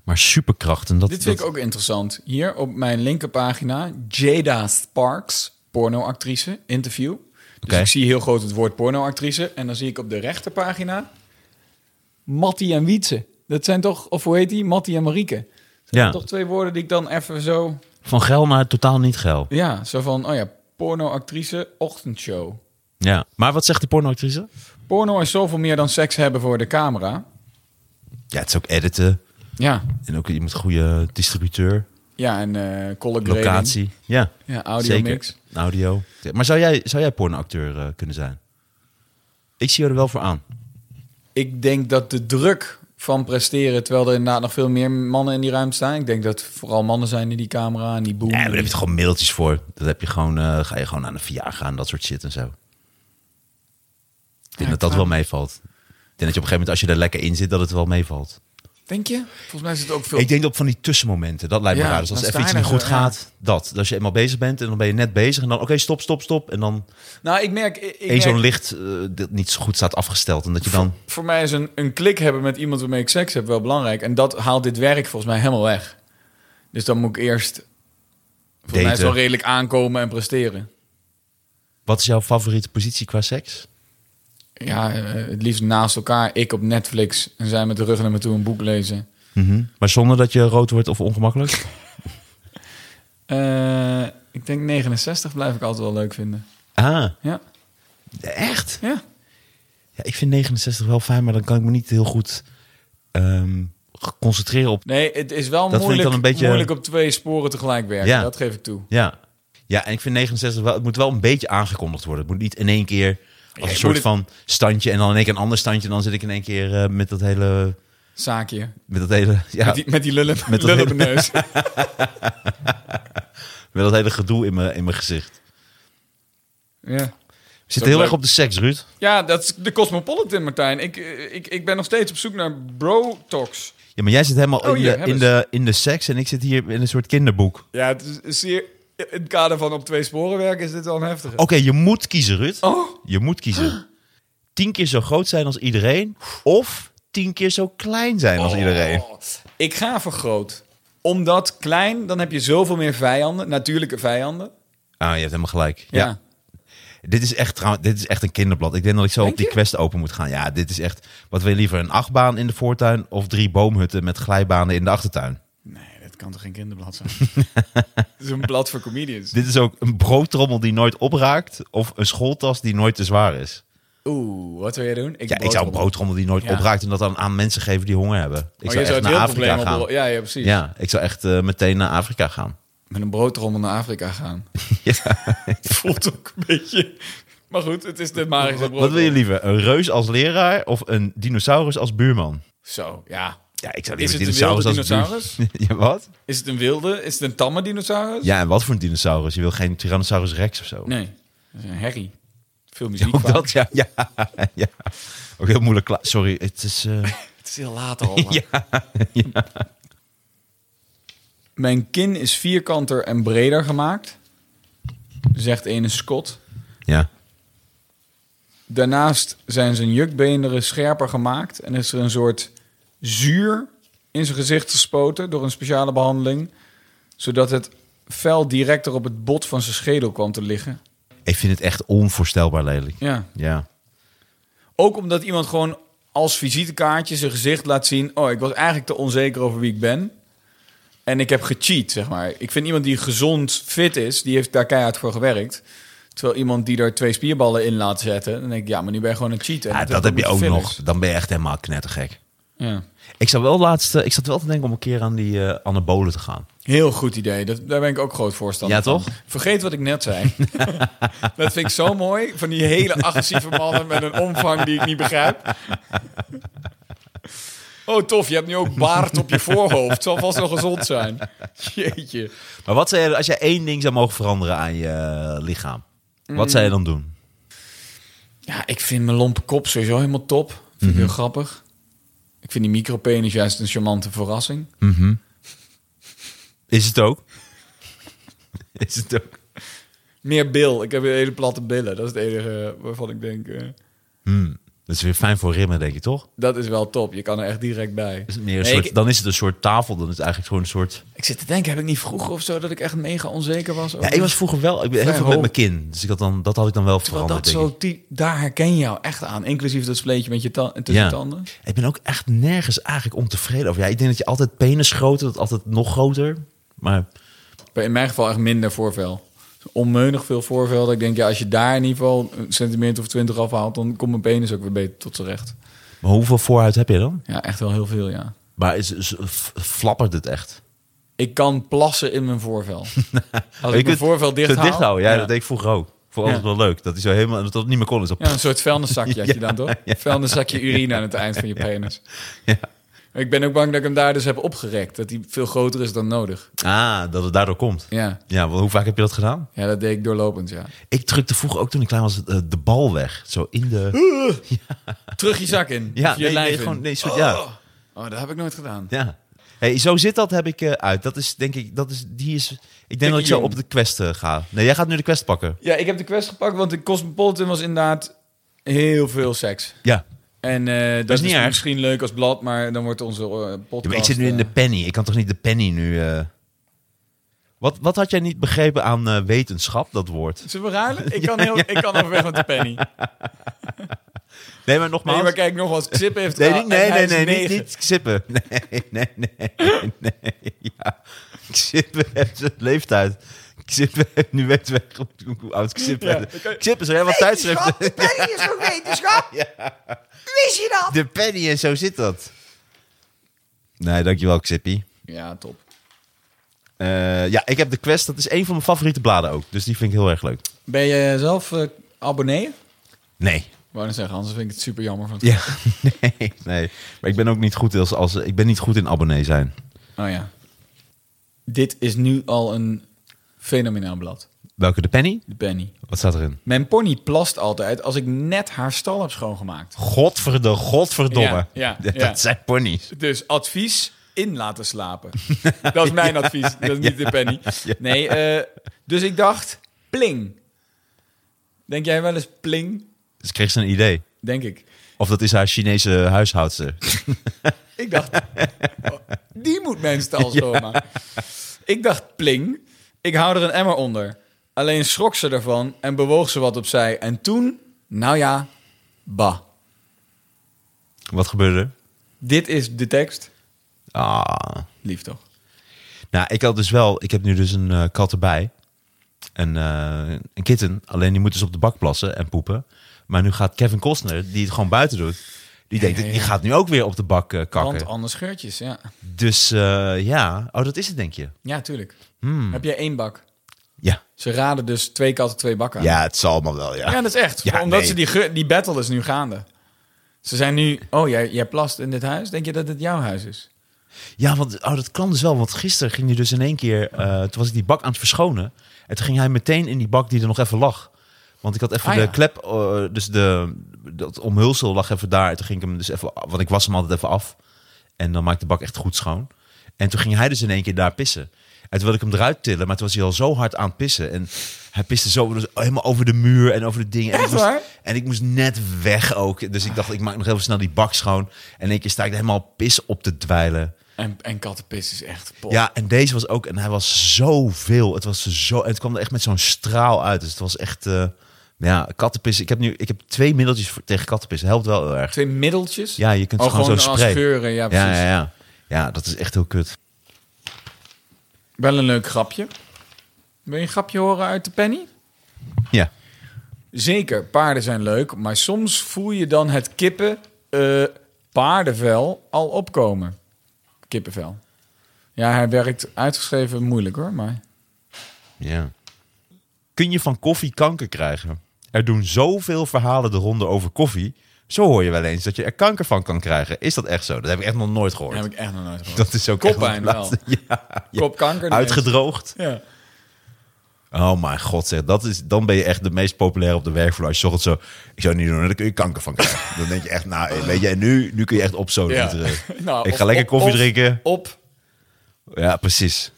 S3: Maar superkrachten, dat,
S2: Dit vind
S3: dat-
S2: ik ook interessant. Hier op mijn linkerpagina, Jada Sparks, pornoactrice, interview. Dus
S3: Oké.
S2: ik zie heel groot het woord pornoactrice. En dan zie ik op de rechterpagina Mattie en Wietse. Dat zijn toch, of hoe heet die? Mattie en Marieke. Dat zijn
S3: Ja.
S2: toch twee woorden die ik dan even zo...
S3: van geil naar totaal niet geil.
S2: Ja, zo van, oh ja, pornoactrice, ochtendshow.
S3: Ja. Maar wat zegt de pornoactrice?
S2: Porno is zoveel meer dan seks hebben voor de camera.
S3: Ja, het is ook editen.
S2: Ja,
S3: En ook je moet een goede distributeur,
S2: ja en eh color grading.
S3: locatie. Ja.
S2: Ja, audio
S3: Zeker.
S2: mix.
S3: Audio. Maar zou jij, zou jij pornoacteur eh, kunnen zijn? Ik zie je er wel voor aan.
S2: Ik denk dat de druk van presteren, terwijl er inderdaad nog veel meer mannen in die ruimte staan. Ik denk dat het vooral mannen zijn die die camera en die boom.
S3: Ja, maar daar heb je toch gewoon mailtjes voor. Dat heb je gewoon, eh, ga je gewoon aan een VR gaan, dat soort shit en zo. Ik denk dat dat wel meevalt. Ik denk dat je op een gegeven moment, als je er lekker in zit, dat het wel meevalt.
S2: Denk je? Volgens mij is het ook veel...
S3: Ik denk ook van die tussenmomenten, dat lijkt me
S2: Ja,
S3: raar. Dus als
S2: dan
S3: even
S2: sta
S3: iets
S2: je er
S3: niet goed
S2: zo, ja.
S3: gaat, dat. Als je eenmaal bezig bent en dan ben je net bezig en dan, oké, stop, stop, stop. En dan
S2: Nou, ik merk... Ik, ik
S3: één zo'n
S2: merk-
S3: licht eh, dat niet zo goed staat afgesteld. En dat je dan,
S2: Voor mij is een, een klik hebben met iemand waarmee ik seks heb wel belangrijk. En dat haalt dit werk volgens mij helemaal weg. Dus dan moet ik eerst... Volgens mij is het
S3: Daten.
S2: wel redelijk aankomen en presteren.
S3: wat is jouw favoriete positie qua seks?
S2: Ja, eh, het liefst naast elkaar. Ik op Netflix en zij met de rug naar me toe een boek lezen.
S3: Mhm. Maar zonder dat je rood wordt of ongemakkelijk?
S2: Eh, ik denk 69 blijf ik altijd wel leuk vinden.
S3: [LAUGHS] ah,
S2: Ja,
S3: echt?
S2: ja.
S3: Ja, ik vind 69 wel fijn, maar dan kan ik me niet heel goed ehm, concentreren op.
S2: Nee, het is wel
S3: vind ik
S2: moeilijk,
S3: dan een beetje-
S2: moeilijk op twee sporen tegelijk werken.
S3: Ja.
S2: Dat geef ik toe.
S3: Ja. ja, en ik vind 69 wel. Het moet wel een beetje aangekondigd worden. Het moet niet in één keer als
S2: je
S3: een soort
S2: moet het-
S3: van standje en dan in één keer een ander standje. En dan zit ik in één keer eh, met dat hele.
S2: Zaakje.
S3: Met dat hele. Ja,
S2: Met, die, met die lullen,
S3: Met
S2: met
S3: dat
S2: lullen op de
S3: [LAUGHS]
S2: neus.
S3: met dat hele gedoe in mijn, in mijn gezicht.
S2: ja.
S3: We zitten
S2: ook
S3: heel
S2: leuk.
S3: erg op de seks, Ruud.
S2: ja, dat is de Cosmopolitan, Martijn. Ik, eh, ik, ik ben nog steeds op zoek naar bro-talks.
S3: Ja, maar jij zit helemaal
S2: Oh,
S3: in,
S2: hier,
S3: de,
S2: hebben
S3: in, de, in de seks en ik zit hier in een soort kinderboek. Oké,
S2: Ja, het is zeer... In het kader van op twee sporen werken is dit wel een heftige.
S3: je moet kiezen, Ruud.
S2: Oh.
S3: Je moet kiezen. Tien keer zo groot zijn als iedereen. Of tien keer zo klein zijn als iedereen. Ah,
S2: Oh. Ik ga voor groot. Omdat klein, dan heb je zoveel meer vijanden. Natuurlijke vijanden.
S3: Ah, je hebt helemaal gelijk. Ja.
S2: Ja.
S3: Dit is echt trouw- dit is echt een kinderblad. Ik denk dat ik zo op die
S2: je?
S3: quest open moet gaan. Ja, dit is echt. Wat wil je liever? Een achtbaan in de voortuin of drie boomhutten met glijbanen in de achtertuin?
S2: Nee, dat Het kan toch geen kinderblad zijn? [LAUGHS] het is een blad voor comedians.
S3: Dit is ook een broodtrommel die nooit opraakt of een schooltas die nooit te zwaar is.
S2: Oeh, wat wil jij doen? Ik
S3: Ja, ik zou een broodtrommel die nooit
S2: Ja.
S3: opraakt en dat dan aan mensen geven die honger hebben. Ik
S2: Ik
S3: zou echt naar Afrika gaan.
S2: Ja, ja, precies.
S3: Ja, ik zou echt eh, meteen naar Afrika gaan.
S2: Met een broodtrommel naar Afrika gaan.
S3: [LAUGHS] Ja.
S2: [LAUGHS] Voelt ook een beetje... Maar goed, het is de magische broodtrommel.
S3: Wat wil je liever, een reus als leraar of een dinosaurus als buurman?
S2: Zo, ja.
S3: Ja, ik zou
S2: Is
S3: liever
S2: het een wilde
S3: dinosaurus als
S2: dinosaurus?
S3: buur- [LAUGHS] ja, wat?
S2: Is het een wilde? Is het een tamme dinosaurus?
S3: Ja, en wat voor een dinosaurus? Je wil geen Tyrannosaurus rex of zo?
S2: Nee, dat is een herrie. Veel muziek
S3: Ook
S2: vaak.
S3: dat, ja. ja, [LAUGHS] ja. Ook heel moeilijk. kla- Sorry, het is... eh,
S2: Het is heel laat al. ja, Mijn kin is vierkanter en breder gemaakt, zegt ene Scott.
S3: ja.
S2: Daarnaast zijn zijn jukbeenderen scherper gemaakt en is er een soort zuur in zijn gezicht gespoten door een speciale behandeling, zodat het vel directer op het bot van zijn schedel kwam te liggen.
S3: Ik vind het echt onvoorstelbaar lelijk.
S2: Ja.
S3: Ja.
S2: Ook omdat iemand gewoon als visitekaartje zijn gezicht laat zien. Oh, ik was eigenlijk te onzeker over wie ik ben. En ik heb gecheat, zeg maar. Ik vind iemand die gezond fit is, die heeft daar keihard voor gewerkt. Terwijl iemand die daar twee spierballen in laat zetten, dan denk ik, ja, maar nu ben je gewoon een cheater.
S3: Ja,
S2: En
S3: dat
S2: heeft
S3: heb je ook
S2: met
S3: nog.
S2: fitness.
S3: Dan ben je echt helemaal knettergek.
S2: Ja.
S3: Ik zou wel laatst, eh, ik zat wel te denken om een keer aan die eh, anabolen te gaan.
S2: Heel goed idee. Dat, daar ben ik ook groot voorstander
S3: Ja,
S2: van.
S3: toch?
S2: Vergeet wat ik net
S3: [LAUGHS]
S2: zei. dat vind ik zo mooi. Van die hele agressieve mannen met een omvang die ik niet begrijp. Oh, tof. Je hebt nu ook baard op je voorhoofd. Zal vast wel gezond zijn. Jeetje.
S3: Maar wat zou je, als jij één ding zou mogen veranderen aan je eh, lichaam, wat zou je dan doen?
S2: Ja, ik vind mijn lompe kop sowieso helemaal top. Vind ik
S3: Mhm.
S2: heel grappig. Ik vind die micropenis juist een charmante verrassing.
S3: Mhm. Is het ook? [LAUGHS] Is het ook?
S2: Meer bil. Ik heb hele platte billen. Dat is het enige eh, waarvan ik denk... eh,
S3: Hmm, Dat is weer fijn voor rimmen, denk je toch?
S2: dat is wel top. Je kan er echt direct bij.
S3: Is het meer een
S2: Nee,
S3: soort,
S2: ik-
S3: Dan is het een soort tafel, dan is het eigenlijk gewoon een soort...
S2: Ik zit te denken, heb ik niet vroeger of zo dat ik echt mega onzeker was?
S3: Ja, ik was vroeger wel, ik ben heel
S2: Vrij
S3: veel met
S2: hoog.
S3: mijn kin. Dus ik had dan, dat had ik dan wel
S2: Terwijl
S3: veranderd,
S2: dat
S3: denk ik.
S2: zo, ty- daar herken je jou echt aan. Inclusief dat spleetje met je ta- tussen je tanden.
S3: Ik ben ook echt nergens eigenlijk ontevreden over. Ja, ik denk dat je altijd penis groter, dat altijd nog groter. Maar
S2: Maar in mijn geval echt minder voorvel. Onmeunig veel voorvel. Dat ik denk, ja, als je daar in ieder geval een centimeter of twintig afhaalt... dan komt mijn penis ook weer beter tot zijn recht.
S3: Maar hoeveel voorhuid heb je dan?
S2: Ja, echt wel heel veel, ja.
S3: Maar is, is- f- flappert het echt?
S2: Ik kan plassen in mijn
S3: [LAUGHS]
S2: voorvel. Als ik mijn
S3: kunt
S2: voorvel dicht
S3: het
S2: haal...
S3: dichthouden. Ja, dat deed ik vroeger ook. Vond ik
S2: Ja.
S3: altijd wel leuk. Dat hij zo helemaal, dat het niet meer kon. Dus Is op.
S2: Ja, een soort vuilniszakje
S3: [LAUGHS]
S2: had je dan, toch? Vuilniszakje urine aan het eind van je penis.
S3: Ja.
S2: Ik ben ook bang dat ik hem daar dus heb opgerekt. Dat hij veel groter is dan nodig.
S3: Ah, dat het daardoor komt.
S2: Ja,
S3: Ja, want hoe vaak heb je dat gedaan?
S2: ja dat deed ik doorlopend, ja.
S3: Ik drukte vroeger ook toen ik klein was eh, de bal weg. Zo in de...
S2: Terug je zak in.
S3: Ja,
S2: Of je
S3: nee,
S2: lijf
S3: nee,
S2: in.
S3: gewoon... Nee, soort,
S2: oh.
S3: ja,
S2: Oh, dat heb ik nooit gedaan.
S3: ja. Hey, zo zit dat, heb ik eh, uit. Dat is denk ik... Dat is, die is, ik denk dat ik zo
S2: jong.
S3: op de quest eh, ga. Nee, jij gaat nu de quest pakken.
S2: Ja, ik heb de quest gepakt, want de Cosmopolitan was inderdaad heel veel seks.
S3: Ja.
S2: En eh, dat is,
S3: niet erg.
S2: misschien leuk als blad, maar dan wordt onze eh, podcast...
S3: Ja, maar ik zit nu in de
S2: eh,
S3: penny. Ik kan toch niet de penny nu. eh. Wat, wat had jij niet begrepen aan eh, wetenschap, dat woord?
S2: Zullen we ruilen?
S3: [LAUGHS]
S2: Ik kan, heel, ik kan overweg met de penny.
S3: Nee, maar nogmaals.
S2: Nee, maar kijk, nog eens. Zip heeft...
S3: Nee,
S2: ah,
S3: niet-
S2: en
S3: nee,
S2: hij
S3: nee,
S2: is
S3: nee, niet,
S2: negen.
S3: niet Xippen. [LAUGHS] Nee, nee, nee, nee. Ja. Xippen heeft zijn leeftijd. Xippen heeft nu weet weg hoe- hoe oud Xippen
S2: Ja,
S3: is.
S2: oké.
S3: Xippen is er helemaal tijdschrift.
S1: de penny is voor
S3: [LAUGHS]
S1: wetenschap. Wist je dat?
S3: De penny en zo zit dat. Nee, dankjewel Xippy.
S2: Ja, top.
S3: Eh, ja, ik heb de quest. Dat is een van mijn favoriete bladen ook. Dus die vind ik heel erg leuk.
S2: Ben je zelf eh, abonnee?
S3: Nee,
S2: Wou dan zeggen, anders vind ik het super jammer. Van...
S3: Ja, [LAUGHS] nee, nee. Maar ik ben ook niet goed als, als ik ben niet goed in abonnee zijn.
S2: Oh ja. Dit is nu al een fenomenaal blad.
S3: Welke de penny?
S2: De penny.
S3: Wat staat erin?
S2: Mijn pony plast altijd als ik net haar stal heb schoongemaakt.
S3: Godverde, godverdomme.
S2: Ja, ja,
S3: [LAUGHS] dat
S2: ja.
S3: zijn ponies.
S2: Dus advies, in laten slapen. Dat is mijn advies, dat is niet de penny. Nee, eh, dus ik dacht, pling. Denk jij wel eens pling?
S3: Dus ik kreeg ze een idee.
S2: Denk ik.
S3: Of dat is haar Chinese huishoudster.
S2: Ik dacht, oh, die moet mijn
S3: [LAUGHS]
S2: stal schoonmaken. Ik dacht, pling, ik hou er een emmer onder. Alleen schrok ze ervan en bewoog ze wat opzij. En toen, nou ja, bah.
S3: Wat gebeurde er?
S2: Dit is de tekst.
S3: Ah.
S2: Lief toch?
S3: Nou, ik had dus wel... Ik heb nu dus een eh, kat erbij. Een, eh, een kitten. Alleen die moet dus op de bak plassen en poepen. Maar nu gaat Kevin Costner, die het gewoon buiten doet... Die denkt,
S2: ja, ja.
S3: die gaat nu ook weer op de bak eh,
S2: Want
S3: kakken.
S2: anders geurtjes, ja.
S3: Dus eh, ja. Oh, dat is het, denk je?
S2: Ja, tuurlijk.
S3: Hmm.
S2: Heb jij één bak?
S3: Ja.
S2: Ze raden dus twee katten, twee bakken. aan.
S3: Ja, het zal allemaal wel,
S2: ja dat is echt.
S3: Ja,
S2: Omdat
S3: nee.
S2: ze die, geur- die battle is nu gaande. Ze zijn nu, oh jij, jij plast in dit huis, denk je dat het jouw huis is?
S3: Ja, want oh, dat kan dus wel. Want gisteren ging hij dus in één keer... eh, toen was ik die bak aan het verschonen. En toen ging hij meteen in die bak die er nog even lag. Want ik had even
S2: Ah,
S3: de
S2: ja.
S3: klep... eh, dus de, dat omhulsel lag even daar. En toen ging ik hem dus even... Want ik was hem altijd even af. En dan maakte de bak echt goed schoon. En toen ging hij dus in één keer daar pissen. En toen wilde ik hem eruit tillen, maar toen was hij al zo hard aan het pissen. En hij piste zo dus helemaal over de muur en over de dingen. en
S2: Echt
S3: ik moest-
S2: waar?
S3: en ik moest net weg ook. Dus ik dacht, ik maak nog heel snel die bak schoon. En in één keer sta ik er helemaal pis op te dweilen.
S2: En, en kattenpis is echt pot.
S3: Ja, en deze was ook... En hij was zoveel. Het, was zo, het kwam er echt met zo'n straal uit. Dus het was echt... eh, ja, kattenpis. Ik heb nu ik heb twee middeltjes voor, tegen kattenpis. Helpt wel heel erg.
S2: Twee middeltjes?
S3: Ja, je kunt ze
S2: Oh,
S3: gewoon, zo
S2: als
S3: sprayen.
S2: geuren, ja precies.
S3: ja, ja, ja. Ja, dat is echt heel kut.
S2: Wel een leuk grapje. Wil je een grapje horen uit de penny?
S3: Ja.
S2: Zeker, paarden zijn leuk, maar soms voel je dan het kippen eh, paardenvel al opkomen. Kippenvel. Ja, hij werkt uitgeschreven moeilijk hoor, maar...
S3: Ja. Kun je van koffie kanker krijgen? Er doen zoveel verhalen de ronde over koffie. Zo hoor je wel eens dat je er kanker van kan krijgen. Is dat echt zo? Dat heb ik echt nog nooit gehoord.
S2: Dat heb ik echt nog nooit gehoord.
S3: Dat is ook echt
S2: Koppijn
S3: het
S2: wel.
S3: laatste. [LAUGHS] Ja, ja.
S2: Kopkanker. nee.
S3: Uitgedroogd.
S2: Ja.
S3: Oh mijn god, zeg. Dat is, dan ben je echt de meest populaire op de werkvloer. Als je 's ochtends zo, ik zou het niet doen, dan kun je kanker van krijgen. Dan denk je echt,
S2: [LAUGHS]
S3: nou, weet je, en nu, nu kun je echt op zo
S2: Ja. [LAUGHS] Nou,
S3: eh, Ik
S2: of-
S3: ga lekker
S2: of-
S3: koffie
S2: of-
S3: drinken.
S2: Op.
S3: Ja, precies.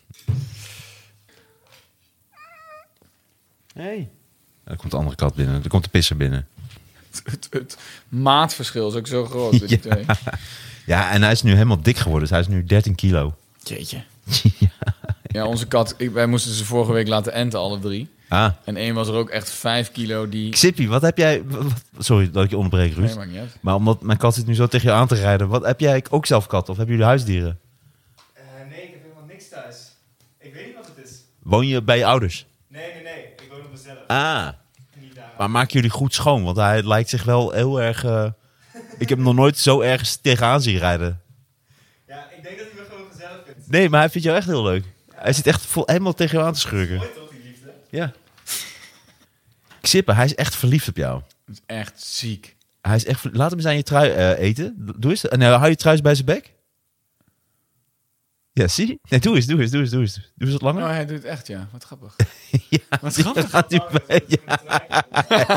S3: Hey. Er komt een andere kat binnen. Er komt de pisser binnen.
S2: Het, het maatverschil is ook zo
S3: [LAUGHS]
S2: groot. tussen die twee.
S3: Ja, en hij is nu helemaal dik geworden. Dus hij is nu 13 kilo.
S2: Jeetje. Ja, onze kat. ik- wij moesten ze vorige week laten enten, alle drie.
S3: Ah,
S2: En één was er ook echt vijf kilo die...
S3: Xippy, wat heb jij... w- w- Sorry dat ik je onderbreek, Ruud.
S2: Nee, maakt niet uit.
S3: Maar omdat mijn kat zit nu zo tegen je aan te rijden. Wat, heb jij ook zelf kat? Of hebben jullie huisdieren?
S4: Eh, nee, ik heb helemaal niks thuis. Ik weet niet wat het is.
S3: Woon je bij je ouders?
S4: Nee, nee, nee. Ik woon op mezelf.
S3: Ah.
S4: Niet daar.
S3: Maar maken jullie goed schoon? Want hij lijkt zich wel heel erg... eh, Ik heb hem nog nooit zo ergens tegenaan zien rijden.
S4: Ja, ik denk dat hij me gewoon gezellig vindt.
S3: Nee, maar hij vindt jou echt heel leuk. Hij zit echt vol, helemaal tegen je aan te schurken.
S4: Mooi toch, die liefde?
S3: Ja. Xippe, hij is echt verliefd op jou.
S2: Dat is echt ziek.
S3: Hij is echt... ver- Laat hem eens aan je trui eh, eten. Doe eens. En eh, hou je trui eens bij zijn bek. Ja, zie? Nee, doe eens, doe eens, doe eens, doe eens. Doe eens wat langer.
S2: Oh, hij doet het echt, ja. Wat grappig. Wat
S3: Die
S2: grappig.
S3: gaat nu bij- ja.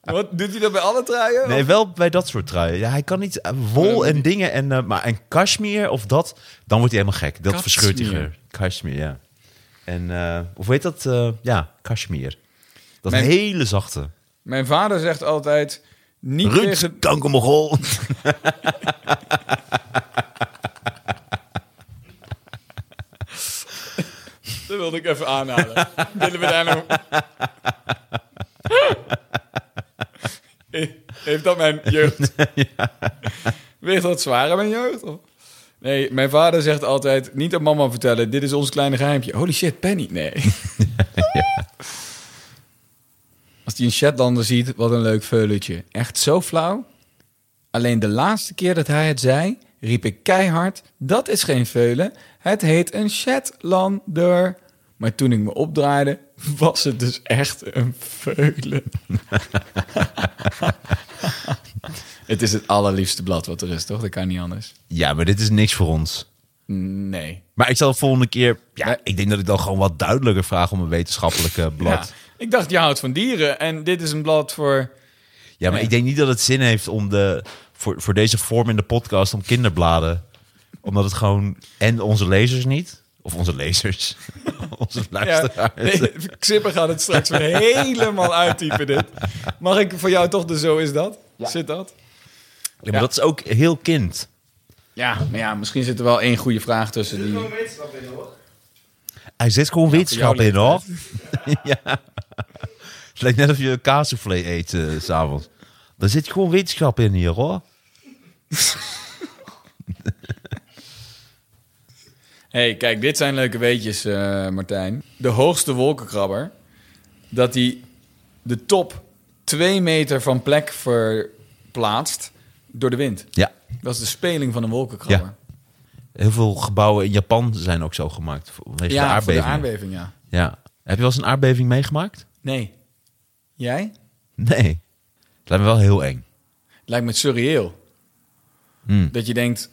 S2: Wat, doet hij dat bij alle [LAUGHS] truien?
S3: Nee, wel bij dat soort truien. Ja, hij kan niet eh, wol en dingen. En, eh, maar en cashmere of dat, dan wordt hij helemaal gek. Dat
S2: Kashmir.
S3: verscheurt hij geur. Cashmere, ja. En, eh, of weet dat? eh, ja, cashmere. Dat
S2: Mijn-
S3: hele zachte.
S2: Mijn vader zegt altijd... Niet tegen,
S3: Ruud, kankermogol.
S2: Dat wilde ik even aanhalen. Willen we daar nou- nog... Heeft dat mijn jeugd... Weegt dat zwaar aan mijn jeugd? of? Nee, mijn vader zegt altijd... Niet aan mama vertellen, dit is ons kleine geheimpje. Holy shit, Penny. Nee. Als hij een Shetlander ziet, wat een leuk veulentje. Echt zo flauw. Alleen de laatste keer dat hij het zei, riep ik keihard: Dat is geen veulen, het heet een Shetlander. Maar toen ik me opdraaide, was het dus echt een veulen. [LAUGHS] het is het allerliefste blad wat er is, toch? Dat kan niet anders.
S3: Ja, maar dit is niks voor ons.
S2: Nee.
S3: Maar ik zal de volgende keer... Ja,
S2: Ja.
S3: ik denk dat ik dan gewoon wat duidelijker vraag om een wetenschappelijk eh, blad.
S2: Ja. Ik dacht, je houdt van dieren en dit is een blad voor.
S3: Ja, maar
S2: Ja.
S3: ik denk niet dat het zin heeft om de... Voor, voor deze vorm in de podcast om kinderbladen. Omdat het gewoon... En onze lezers niet. Of onze lezers. [LAUGHS] onze
S2: Ja,
S3: luisteraars.
S2: [LAUGHS] nee, Xipper gaat het straks weer helemaal uittypen. Dit. Mag ik voor jou toch de zo is dat? Zit dat?
S3: Ja, maar dat is ook heel kind.
S2: Ja, maar ja, misschien zit er wel één goede vraag tussen
S4: Er zit
S2: die.
S4: gewoon wetenschap in, hoor.
S3: Hij zit gewoon wetenschap
S2: voor
S3: in,
S2: jou
S3: hoor. [LAUGHS] ja. Het lijkt net of je kaassoufflé eet eh, s s'avonds. Daar zit gewoon wetenschap in hier, hoor.
S2: hey, kijk, dit zijn leuke weetjes, eh, Martijn. De hoogste wolkenkrabber, dat hij de top twee meter van plek verplaatst door de wind.
S3: Ja,
S2: Dat is de speling van een wolkenkrabber.
S3: heel veel gebouwen in Japan zijn ook zo gemaakt. Vanwege de
S2: voor de
S3: aardbeving.
S2: aardbeving, ja.
S3: Ja. Heb je wel eens een aardbeving meegemaakt?
S2: Nee. Jij?
S3: Nee. Lijkt me wel heel eng.
S2: Lijkt me surreëel.
S3: Hmm.
S2: Dat je denkt...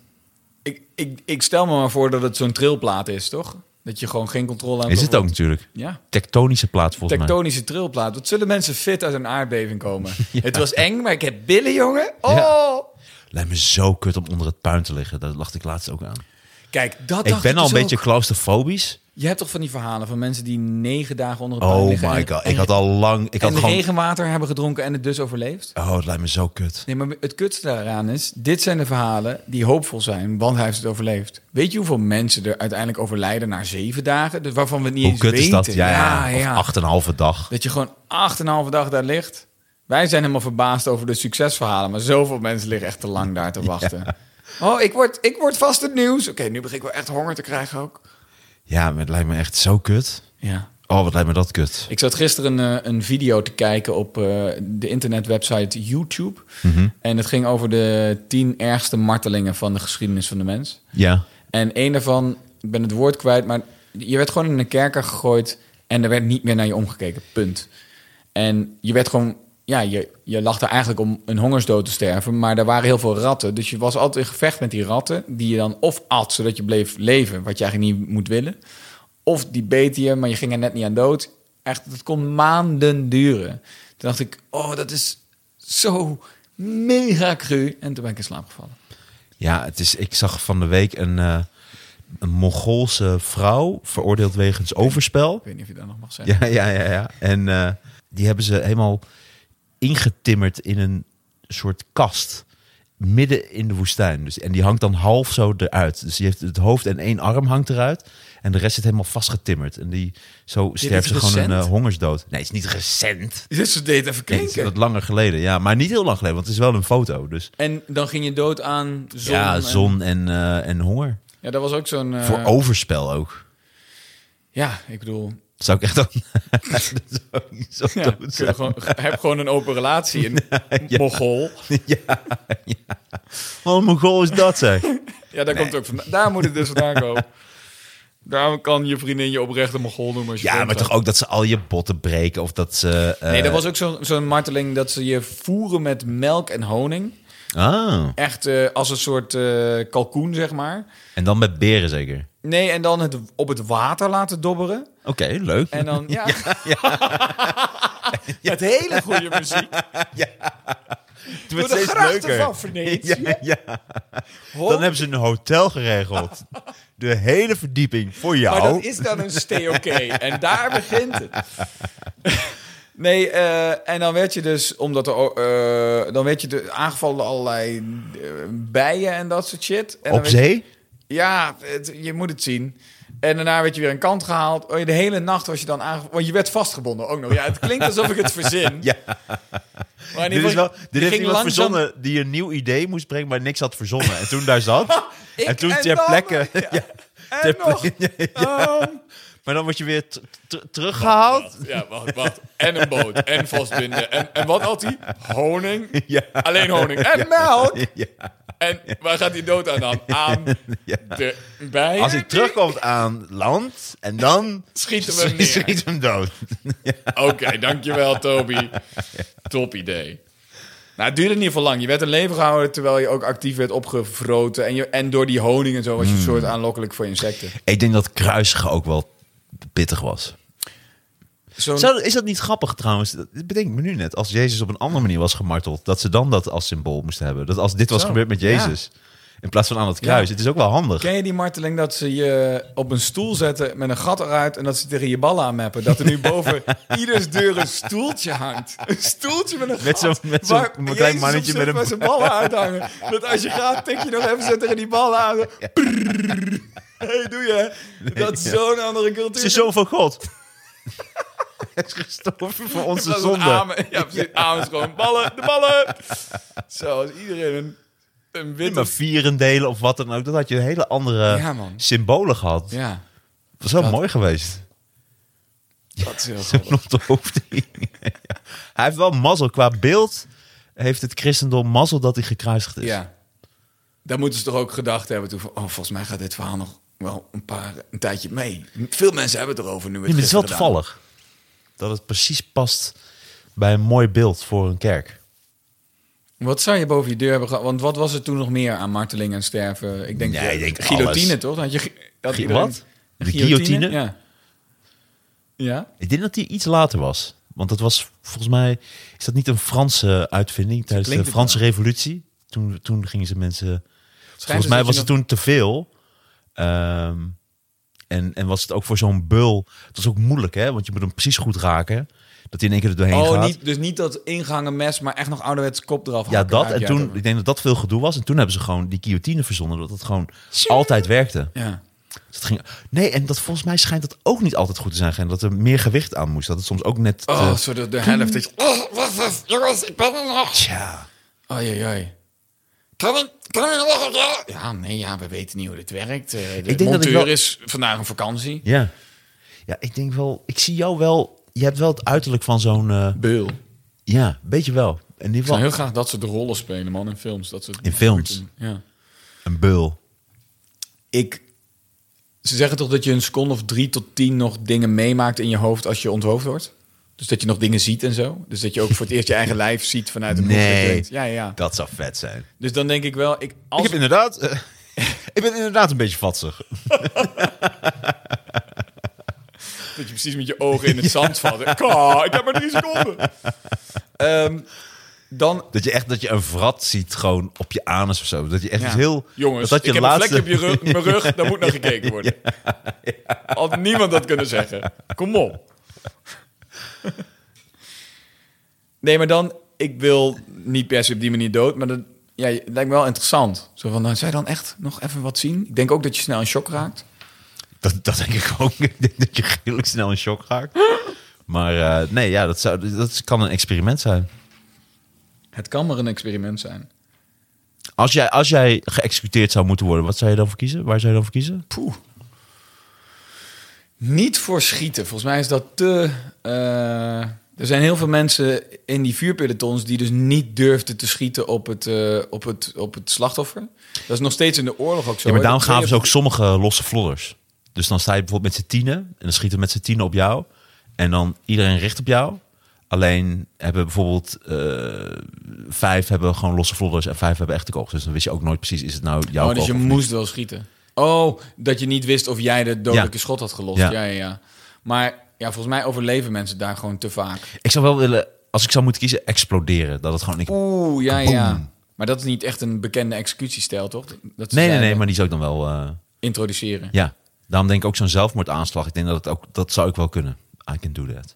S2: Ik, ik, ik stel me maar voor dat het zo'n trilplaat is, toch? Dat je gewoon geen controle hebt
S3: Is het
S2: over
S3: ook
S2: wat-
S3: natuurlijk.
S2: Ja.
S3: Tektonische plaat volgens mij.
S2: Tektonische trilplaat. Wat zullen mensen fit uit een aardbeving
S3: [LAUGHS]
S2: komen? Het was eng, maar ik heb billen, jongen. Oh!
S3: Lijkt me zo kut om onder het puin te liggen. Dat dacht ik laatst ook aan.
S2: Kijk, dat
S3: Ik
S2: dacht
S3: ben al
S2: dus
S3: een beetje
S2: ook.
S3: claustrofobisch.
S2: Je hebt toch van die verhalen van mensen die negen dagen onder het puin
S3: Oh
S2: liggen...
S3: my
S2: en-
S3: god.
S2: en-
S3: Ik had al lang... Ik
S2: en
S3: had gewoon...
S2: regenwater hebben gedronken en het dus overleefd?
S3: Oh, het lijkt me zo kut.
S2: Nee, maar het kutste daaraan is... dit zijn de verhalen die hoopvol zijn, want hij heeft het overleefd. Weet je hoeveel mensen er uiteindelijk overlijden na zeven dagen? Dus waarvan we het niet
S3: Hoe
S2: eens
S3: kut
S2: weten.
S3: is dat? Ja, ja.
S2: ja.
S3: Of acht en een halve dag.
S2: Dat je gewoon acht en een halve dag daar ligt. Wij zijn helemaal verbaasd over de succesverhalen, maar zoveel mensen liggen echt te lang daar te wachten. Oh, ik word, ik word vast het nieuws. Oké, nu begin ik wel echt honger te krijgen ook.
S3: Ja, maar het lijkt me echt zo kut.
S2: Ja.
S3: Oh, wat lijkt me dat kut.
S2: Ik zat gisteren eh, een video te kijken op eh, de internetwebsite YouTube. En het ging over de tien ergste martelingen van de geschiedenis van de mens.
S3: Ja.
S2: En een daarvan, ik ben het woord kwijt, maar je werd gewoon in een kerker gegooid en er werd niet meer naar je omgekeken. Punt. En je werd gewoon, ja, je, je lag er eigenlijk om een hongersdood te sterven, maar er waren heel veel ratten. Dus je was altijd in gevecht met die ratten, die je dan of at zodat je bleef leven, wat je eigenlijk niet moet willen. Of die beten je, maar je ging er net niet aan dood. Echt, dat kon maanden duren. Toen dacht ik, oh, dat is zo mega cru. En toen ben ik in slaap gevallen.
S3: Ja, het is, ik zag van de week een, eh, een Mongoolse vrouw veroordeeld wegens overspel.
S2: Ik weet niet of je dat nog mag zeggen.
S3: [LAUGHS] Ja, ja, ja. ja. En eh, die hebben ze helemaal ingetimmerd in een soort kast. Midden in de woestijn. Dus, en die hangt dan half zo eruit. Dus die heeft het hoofd en één arm hangt eruit. En de rest zit helemaal vastgetimmerd. En die, zo sterft
S2: is
S3: ze gewoon een
S2: recent?
S3: eh, hongersdood. Nee, het is niet recent.
S2: [LAUGHS] Dit soort deed even
S3: Nee, het is dat langer geleden. Ja, maar niet heel lang geleden. Want het is wel een foto. Dus
S2: En dan ging je dood aan zon.
S3: ja,
S2: en-
S3: zon en, eh, en honger.
S2: Ja, dat was ook zo'n... eh,
S3: Voor overspel ook.
S2: Ja, ik bedoel...
S3: Dat zou ik [LAUGHS] echt dan... dat zou ik niet zo
S2: Ja,
S3: doen.
S2: kun je gewoon, heb gewoon een open relatie
S3: [LAUGHS]
S2: in Mogol.
S3: Wat een Mongool Oh, is dat, zeg.
S2: Ja, daar komt het ook vandaan. Daar moet het dus vandaan komen. Daarom kan je vriendin je oprechte Mogol noemen als je
S3: Ja,
S2: vreemd
S3: maar
S2: gaat.
S3: toch ook dat ze al je botten breken of dat ze... eh,
S2: Nee, dat was ook zo'n zo'n marteling dat ze je voeren met melk en honing.
S3: Ah,
S2: Echt eh, als een soort eh, kalkoen, zeg maar.
S3: en dan met beren zeker.
S2: Nee, en dan het op het water laten dobberen.
S3: Oké, leuk.
S2: En
S3: [LAUGHS]
S2: dan, ja. [LAUGHS] Met hele goede muziek.
S3: het
S2: Door de grachten van Venetië.
S3: [LAUGHS] Ja, ja. Dan hebben ze een
S2: [LAUGHS]
S3: hotel geregeld. De hele verdieping voor jou.
S2: Maar dat is dan een stay oké. En daar begint het. [LAUGHS] Nee, eh, en dan werd je dus, omdat er, o- eh, dan werd je de, aangevallen door allerlei eh, bijen en dat soort shit. En dan
S3: Op
S2: werd je-
S3: zee?
S2: ja, het- je moet het zien. En daarna werd je weer aan kant gehaald. Oh, De hele nacht was je dan aangevallen. Want je werd vastgebonden ook nog. Ja, het klinkt alsof ik het verzin.
S3: [LAUGHS] Ja.
S2: Maar in
S3: Dit,
S2: ieder
S3: is
S2: geval,
S3: wel, dit
S2: je
S3: heeft
S2: ging
S3: iemand
S2: langzaam-
S3: verzonnen die een nieuw idee moest brengen, maar niks had verzonnen. En toen daar zat.
S2: [LAUGHS] Ik
S3: en toen
S2: en
S3: ter
S2: dan-
S3: plekke.
S2: [LAUGHS] ja.
S3: ja.
S2: En
S3: ter [LAUGHS]
S2: nog. ehm,
S3: Maar dan word je weer t- t- teruggehaald.
S2: Wacht, ja, wacht, wacht. En een boot. En vastbinden. En, en wat had hij? Honing.
S3: [LAUGHS] Ja.
S2: Alleen honing. En melk.
S3: Ja.
S2: En waar gaat hij dood aan dan? Aan
S3: [LAUGHS]
S2: de bijen.
S3: Als hij terugkomt aan land en dan
S2: Schieten we hem neer.
S3: [LAUGHS] schiet hem dood.
S2: Oké, dankjewel
S3: [LAUGHS]
S2: Toby. Top idee. Nou, het duurde niet voor lang. Je werd een leven gehouden terwijl je ook actief werd opgevroten. En, je, en door die honing en zo was je een
S3: Hmm.
S2: soort aanlokkelijk voor insecten.
S3: Ik denk dat kruisigen ook wel pittig was.
S2: Zo'n-
S3: Zou- is dat niet grappig trouwens? Dat bedenk ik me nu net. Als Jezus op een andere manier was gemarteld, dat ze dan dat als symbool moesten hebben. Dat als dit was
S2: Zo,
S3: gebeurd met Jezus, in plaats van aan het kruis.
S2: Ja.
S3: Het is ook wel handig.
S2: Ken je die marteling dat ze je op een stoel zetten met een gat eruit en dat ze tegen je ballen aanmeppen? Dat er nu
S3: [LAUGHS]
S2: boven ieders deur een stoeltje hangt. Een stoeltje met een gat.
S3: Met zo'n- met zo'n
S2: waar
S3: klein
S2: Jezus op
S3: mannetje
S2: zich
S3: met een-
S2: met zijn ballen uithangen. Dat als je gaat, tik je nog even zo tegen die ballen aan. Prrrr. hey, doe je? hè? Dat is zo'n andere cultuur.
S3: Het is de zoon van
S2: [LAUGHS]
S3: God. Hij is gestorven voor
S2: In
S3: onze
S2: plaats van
S3: zonde.
S2: amen. Ja, precies. Amen is gewoon ballen, de ballen. Zo, als iedereen een Een
S3: Niet maar vierendelen of wat dan ook. Dan had je hele andere
S2: Ja, man.
S3: symbolen gehad.
S2: Ja,
S3: Dat was wel
S2: Dat-
S3: mooi geweest. [LAUGHS]
S2: dat is heel
S3: Ze hebben
S2: grappig.
S3: op de hoofd hingen. [LAUGHS] Ja. Hij heeft wel mazzel. Qua beeld heeft het christendom mazzel dat hij gekruisigd is.
S2: Ja. Daar moeten ze toch ook gedacht hebben toen van... Oh, volgens mij gaat dit verhaal nog wel een, paar, een tijdje mee. Veel mensen hebben het erover nu.
S3: Nee, maar het is wel
S2: gisteren gedaan.
S3: toevallig. Dat het precies past bij een mooi beeld voor een kerk.
S2: Wat zou je boven je deur hebben gehad? Want wat was er toen nog meer aan marteling en sterven? Ik denk, eh,
S3: Nee, ik denk
S2: guillotine,
S3: alles.
S2: toch? Dan Had je, gi- had
S3: Gi-
S2: iedereen-
S3: wat? De guillotine?
S2: Ja. ja.
S3: Ik denk dat die iets later was. Want dat was volgens mij... Is dat niet een Franse uitvinding tijdens de
S2: klinkt het
S3: Franse revolutie? Toen, toen gingen ze mensen... volgens
S2: dus
S3: mij
S2: dat
S3: was
S2: je
S3: het
S2: nog-
S3: toen te veel. Ehm, en, en was het ook voor zo'n bul... Het was ook moeilijk, hè? Want je moet hem precies goed raken. Dat hij in één keer er doorheen
S2: Oh,
S3: gaat.
S2: niet, dus niet dat ingehangen mes, maar echt nog ouderwets kop eraf.
S3: Ja,
S2: hakken.
S3: dat.
S2: Daar heb
S3: En
S2: jij het
S3: toen,
S2: over.
S3: ik denk dat dat veel gedoe was. En toen hebben ze gewoon die guillotine verzonnen. Dat het gewoon altijd werkte.
S2: Ja.
S3: Dus het ging, nee, en dat volgens mij schijnt dat ook niet altijd goed te zijn. gegaan, Dat er meer gewicht aan moest. Dat het soms ook net... eh,
S2: Oh,
S3: te-
S2: zo de, de helft. dat je- Oh, wacht even, jongens, ik ben er nog.
S3: Tja.
S2: Oei, oei, oei. Kan ik, kan ik nog een keer? Ja, nee, ja, we weten niet hoe dit werkt. Eh, de
S3: denk dat ik
S2: monteur
S3: wel-
S2: is vandaag op vakantie.
S3: Ja. Ja, ik denk wel... Ik zie jou wel... Je hebt wel het uiterlijk van zo'n... eh,
S2: Beul. Ik
S3: ja, beetje wel. In ieder
S2: zou
S3: geval
S2: heel graag dat soort rollen spelen, man, in films. Dat soort
S3: In films?
S2: Ja.
S3: een beul.
S2: Ik... Ze zeggen toch dat je een seconde of drie tot tien nog dingen meemaakt in je hoofd als je onthoofd wordt? Dus dat je nog dingen ziet en zo? Dus dat je ook voor het eerst je eigen lijf ziet vanuit een
S3: Nee.
S2: hoofd. Ja, ja.
S3: Dat zou vet zijn.
S2: Dus dan denk ik wel... Ik, als...
S3: Ik heb inderdaad... eh, [LAUGHS] ik ben inderdaad een beetje vatsig.
S2: Dat je precies met je ogen
S3: [LAUGHS]
S2: in het zand valt. Kaa, ik heb maar drie seconden. Ehm, dan...
S3: Dat je echt dat je een vrat ziet gewoon op je anus of zo. Dat je echt
S2: ja.
S3: iets heel...
S2: Jongens,
S3: dat je
S2: ik heb
S3: laatste-
S2: een vlekje op je rug, mijn
S3: [LAUGHS]
S2: rug, daar moet naar gekeken worden. Had niemand dat kunnen zeggen. Kom op. Nee, maar dan, ik wil niet per se op die manier dood, maar dat ja, het lijkt me wel interessant. Zo van, nou, zou je dan echt nog even wat zien? Ik denk ook dat je snel in shock raakt.
S3: Dat, dat denk ik ook. [LAUGHS] Ik denk dat je redelijk snel in shock raakt. Maar eh, nee, ja, dat, zou, dat kan een experiment zijn.
S2: Het kan maar een experiment zijn.
S3: Als jij, als jij geëxecuteerd zou moeten worden, wat zou je dan voor kiezen? Waar zou je dan voor kiezen?
S2: Poeh. Niet voor schieten. Volgens mij is dat te. eh, er zijn heel veel mensen in die vuurpelotons die dus niet durfden te schieten op het, eh, op het, op het slachtoffer. Dat is nog steeds in de oorlog ook zo.
S3: Ja, maar
S2: hè?
S3: daarom
S2: Dat
S3: gaven ze
S2: twee
S3: ook sommige losse vlodders. Dus dan sta je bijvoorbeeld met z'n tienen en dan schieten we met z'n tienen op jou. En dan iedereen richt op jou. Alleen hebben bijvoorbeeld eh, vijf hebben gewoon losse vlodders en vijf hebben echte kogels. Dus dan wist je ook nooit precies, is het nou jouw
S2: Oh, dus je
S3: kogel of
S2: moest wel schieten. Oh, dat je niet wist of jij de dodelijke
S3: Ja.
S2: schot had gelost. Ja.
S3: Ja.
S2: ja, ja, Maar ja, volgens mij overleven mensen daar gewoon te vaak.
S3: niet? Ik zou wel willen, als ik zou moeten kiezen, exploderen. Dat het gewoon... Ik...
S2: Oeh, ja, ja.
S3: Kaboom.
S2: Maar dat is niet echt een bekende executiestijl, toch? Dat ze
S3: Nee, nee,
S2: daar
S3: nee, maar die zou ik dan wel... eh,
S2: Introduceren.
S3: Ja, daarom denk ik ook zo'n zelfmoordaanslag. Ik denk dat het ook dat zou ik wel kunnen. I can do that.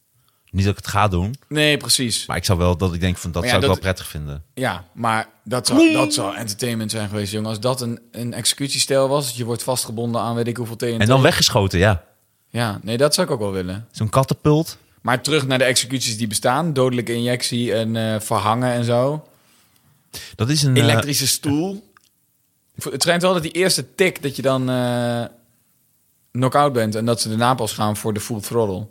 S3: Niet dat ik het ga doen,
S2: Nee, precies.
S3: maar ik zou wel dat ik denk van dat
S2: Maar ja,
S3: zou ik
S2: dat-
S3: wel prettig vinden.
S2: Ja, maar dat zou, dat zou entertainment zijn geweest, jongen. Als dat een, een executiestijl was, je wordt vastgebonden aan weet ik hoeveel TNT.
S3: En dan weggeschoten, ja.
S2: Ja, nee, dat zou ik ook wel willen.
S3: Zo'n katapult.
S2: Maar terug naar de executies die bestaan. Dodelijke injectie en eh, verhangen en zo.
S3: Dat is een eh,
S2: Elektrische stoel. Het schijnt wel dat die eerste tik, dat je dan eh knock-out bent. En dat ze daarna pas gaan voor de full throttle.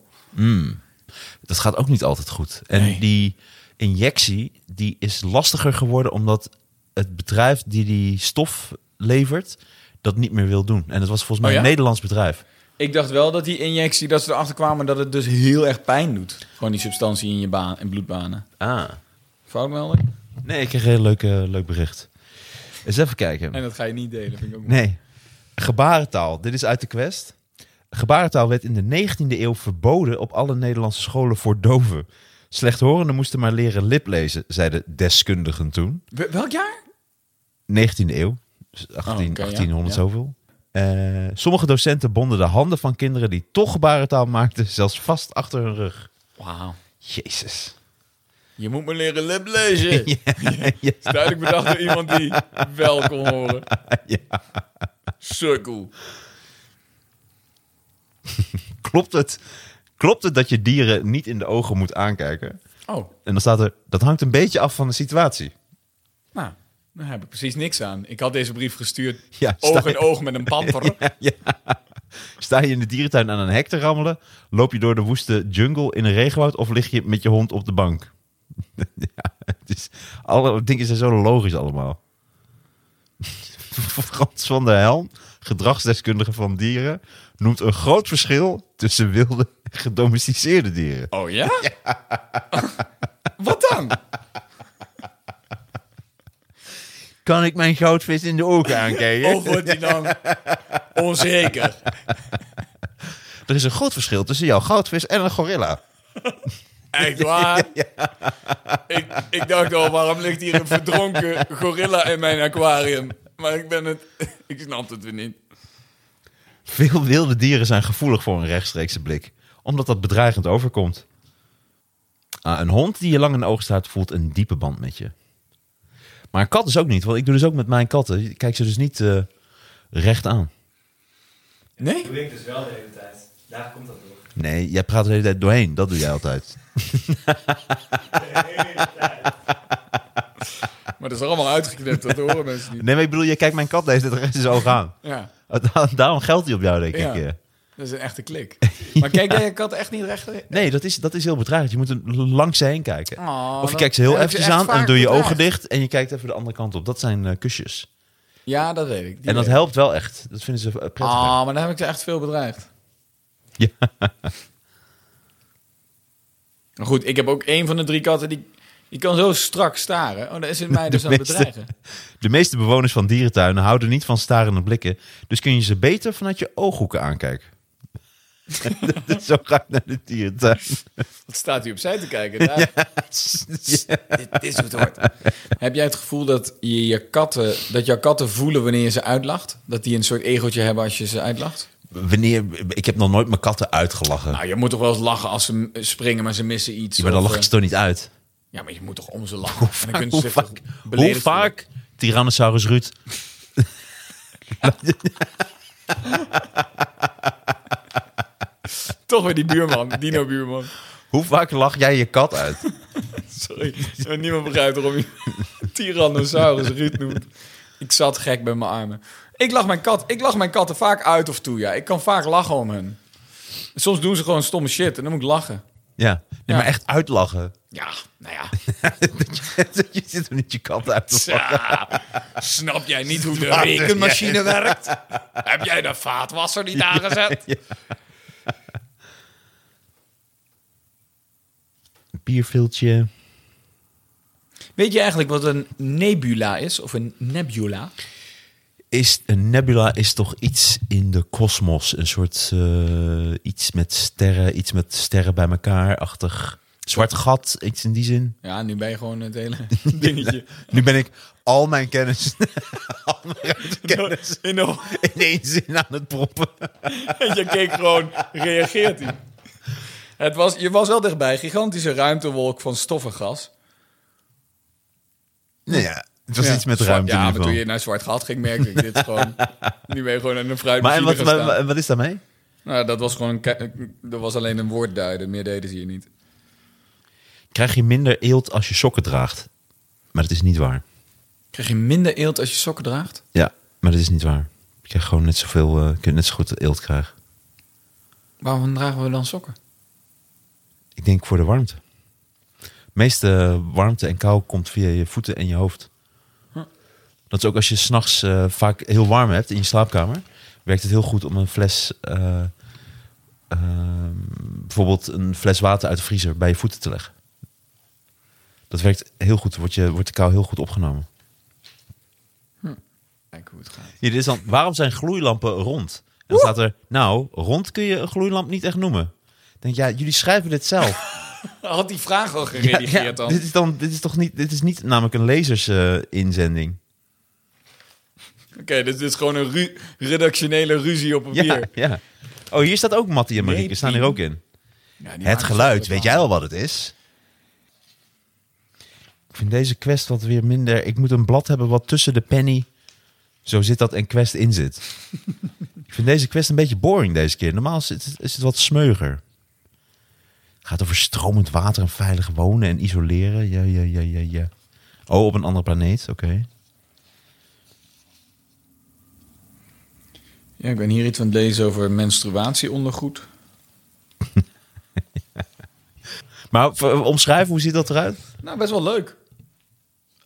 S3: dat gaat ook niet altijd goed. En
S2: Nee.
S3: die injectie die is lastiger geworden omdat het bedrijf die die stof levert dat niet meer wil doen. En dat was volgens mij
S2: Oh ja?
S3: een Nederlands bedrijf.
S2: Ik dacht wel dat die injectie, dat ze erachter kwamen dat het dus heel erg pijn doet. Gewoon die substantie in je baan, in bloedbanen.
S3: Ah.
S2: Foutmelding?
S3: Nee, ik kreeg een heel leuk, eh, leuk bericht. Eens even kijken.
S2: En dat ga je niet delen, vind ik ook
S3: Nee. Gebarentaal. Dit is uit de quest. Gebarentaal werd in de 19e eeuw verboden op alle Nederlandse scholen voor doven. Slechthorenden moesten maar leren liplezen, zeiden deskundigen toen.
S2: Wel- Welk jaar?
S3: 19e eeuw. Dus 18,
S2: Oh, oké, ja.
S3: 1800
S2: Ja.
S3: zoveel. Eh, sommige docenten bonden de handen van kinderen die toch gebarentaal maakten, zelfs vast achter hun rug.
S2: Wauw.
S3: Jezus.
S2: Je moet me leren lip
S3: [LAUGHS]
S2: lezen.
S3: Ja, ja.
S2: Is duidelijk bedacht door iemand die wel kon horen.
S3: Ja.
S2: Sukkel.
S3: Klopt, het, klopt het dat je dieren niet in de ogen moet aankijken?
S2: Oh,
S3: En dan staat er, dat hangt een beetje af van de situatie.
S2: nou. Daar heb ik precies niks aan. Ik had deze brief gestuurd,
S3: Ja,
S2: oog
S3: sta,
S2: in oog met een
S3: [LAUGHS]
S2: pamper.
S3: ja. sta je in de dierentuin aan een hek te rammelen? Loop je door de woeste jungle in een regenwoud? Of lig je met je hond op de bank? [LAUGHS] ja, het is, alle dingen zijn zo logisch allemaal. [LAUGHS] Frans van der Helm, gedragsdeskundige van dieren, noemt een groot verschil tussen wilde en gedomesticeerde dieren.
S2: Oh ja? [LAUGHS] Wat dan?
S3: Kan ik mijn goudvis in de ogen [LAUGHS] aankijken?
S2: Of Oh, wordt hij dan onzeker?
S3: Er is een groot verschil tussen jouw goudvis en een gorilla.
S2: Echt
S3: [LAUGHS]
S2: waar? Ik, ik dacht al, waarom ligt hier een verdronken gorilla in mijn aquarium? Maar ik ben het... [LAUGHS] Ik snap het weer niet.
S3: Veel wilde dieren zijn gevoelig voor een rechtstreekse blik, omdat dat bedreigend overkomt. Ah, een hond die je lang in de ogen staat, voelt een diepe band met je. Maar een kat is ook niet, want ik doe dus ook met mijn katten. Ik kijk ze dus niet eh, recht aan.
S2: Nee?
S4: Dat doe ik dus wel de hele tijd. Daar komt dat door.
S3: Nee, jij praat de hele tijd doorheen. Dat doe jij altijd.
S2: Maar dat is er allemaal uitgeknipt, dat [LAUGHS] horen mensen niet.
S3: Nee, maar ik bedoel, jij kijkt mijn kat deze tijd recht in zijn ogen aan.
S2: Ja,
S3: [LAUGHS] Daarom geldt die op jou, denk ik.
S2: Ja.
S3: eh.
S2: dat is een echte [LAUGHS] klik. Maar kijk jij je kat echt niet recht...
S3: Nee, dat is, dat is heel bedreigend. Je moet er langs ze heen kijken.
S2: Oh,
S3: of je
S2: dat-
S3: kijkt ze heel
S2: dat heb je
S3: eventjes
S2: echt
S3: aan en
S2: vaak
S3: doe je
S2: bedreigd.
S3: ogen dicht en je kijkt even de andere kant op. Dat zijn eh, kusjes.
S2: Ja, dat weet ik. Die
S3: en dat
S2: weet ik.
S3: helpt wel echt. Dat vinden ze eh, prettig.
S2: Ah, maar dan heb ik ze echt veel bedreigd.
S3: Ja.
S2: [LAUGHS] Maar goed, ik heb ook één van de drie katten die... Die kan zo strak staren. Oh, dan is
S3: [LAUGHS]
S2: het mij dus aan het
S3: meeste.
S2: bedreigen.
S3: De meeste bewoners van dierentuinen houden niet van starende blikken. Dus kun je ze beter vanuit je ooghoeken aankijken. [LAUGHS] Dat is Zo ga ik naar de dierentuin.
S2: Wat staat hij opzij te kijken?
S3: [LAUGHS]
S2: Daar,
S3: Ja.
S2: dit, dit is hoe het hoort. Heb jij het gevoel dat je je katten, dat jouw katten voelen wanneer je ze uitlacht? Dat die een soort egeltje hebben als je ze uitlacht?
S3: [LAUGHS] Wanneer, ik heb nog nooit mijn katten uitgelachen.
S2: Nou, je moet toch wel eens lachen als ze eh, springen, maar ze missen iets.
S3: Ja, maar dan
S2: of,
S3: lach ik
S2: eh,
S3: ze toch niet uit.
S2: ja, maar je moet toch om ze lachen. Hoe en dan kunnen
S3: [LAUGHS] Hoe
S2: ze zich
S3: vaak,
S2: toch
S3: hoe
S2: beledigd
S3: vaak Tyrannosaurus Ruud.
S2: voelen. Toch weer die buurman, [LAUGHS] Dino buurman.
S3: Hoe vaak lach jij je kat uit?
S2: Sorry, niemand begrijpt waarom je [LAUGHS] Tyrannosaurus Ruud noemt. Ik zat gek met mijn armen. Ik lach mijn, kat, ik lach mijn katten vaak uit of toe, ja. Ik kan vaak lachen om hen. Soms doen ze gewoon stomme shit en dan moet ik lachen.
S3: [LAUGHS] Ja, nee,
S2: Ja.
S3: maar echt uitlachen. [LAUGHS]
S2: Ja, nou ja. [LAUGHS]
S3: je zit er niet je kat uit te lachen.
S2: Tja, snap jij niet hoe de rekenmachine werkt? Heb jij de vaatwasser niet aangezet?
S3: Een bierviltje.
S2: Weet je eigenlijk wat een nebula is? Of een nebula?
S3: is een nebula is toch iets in de kosmos, een soort eh, iets met sterren, iets met sterren bij elkaar-achtig zwart gat, iets in die
S2: [LAUGHS]
S3: zin.
S2: Ja, nu ben je gewoon het [LAUGHS] hele dingetje.
S3: [LAUGHS] Nu ben ik al mijn kennis, [LAUGHS] al mijn
S2: [LAUGHS]
S3: kennis
S2: In de,
S3: in één zin aan het proppen.
S2: En je keek gewoon, reageert hij? Het was, je was wel dichtbij. Gigantische ruimtewolk van stoffengas.
S3: Nou ja, het was
S2: Ja.
S3: iets met
S2: Zwart-
S3: ruimte
S2: Ja,
S3: in
S2: maar
S3: ieder
S2: toen
S3: geval.
S2: je naar zwart gat ging, merkte ik dit [LAUGHS] gewoon. Nu ben je gewoon aan een
S3: Maar en
S2: fruitmachine
S3: wat,
S2: gaan
S3: wat,
S2: staan.
S3: wat, is daarmee?
S2: Nou, dat was gewoon een... ke- Dat was alleen een woord duiden. Meer deden ze hier niet.
S3: Krijg je minder eelt als je sokken draagt? Maar dat is niet waar.
S2: Krijg je minder eelt als je sokken draagt?
S3: Ja, maar dat is niet waar. Je krijgt gewoon net zoveel, eh, je kunt net zo goed eelt krijgen.
S2: Waarom dragen we dan sokken?
S3: Ik denk voor de warmte. De meeste warmte en kou komt via je voeten en je hoofd. Dat is ook als je s'nachts eh vaak heel warm hebt in je slaapkamer. Werkt het heel goed om een fles, eh, ehm, bijvoorbeeld een fles water uit de vriezer bij je voeten te leggen. Dat werkt heel goed, wordt, je, wordt de kou heel goed opgenomen.
S2: Kijk hoe het gaat.
S3: Hier, dit is dan, waarom zijn gloeilampen rond? En dan staat er, nou, rond kun je een gloeilamp niet echt noemen. Ik denk, ja, jullie schrijven dit zelf.
S2: Had die vraag al
S3: Ja,
S2: geredigeerd
S3: ja,
S2: dan?
S3: Dit is dan, dit is toch niet, dit is niet namelijk een lezersinzending.
S2: Oké, dus dit is gewoon een ru- redactionele ruzie op papier.
S3: ja,
S2: Ja.
S3: ja. Oh, hier staat ook Mattie en Marieke,
S2: Nee,
S3: staan hier
S2: Pien.
S3: ook in.
S2: die
S3: het
S2: maken
S3: geluid,
S2: ze
S3: weet jij al wat het is? Ik vind deze quest wat weer minder. Ik moet een blad hebben wat tussen de penny, zo zit dat, en quest in
S2: [LAUGHS]
S3: zit. ik vind deze quest een beetje boring deze keer. Normaal is het, is het wat smeuger. Gaat over stromend water en veilig wonen en isoleren. Ja, ja, ja, ja, ja. Oh, op een andere planeet, oké.
S2: Ja, ik ben hier iets aan het lezen over menstruatieondergoed.
S3: Maar v- omschrijven, hoe ziet dat eruit?
S2: Nou, best wel leuk.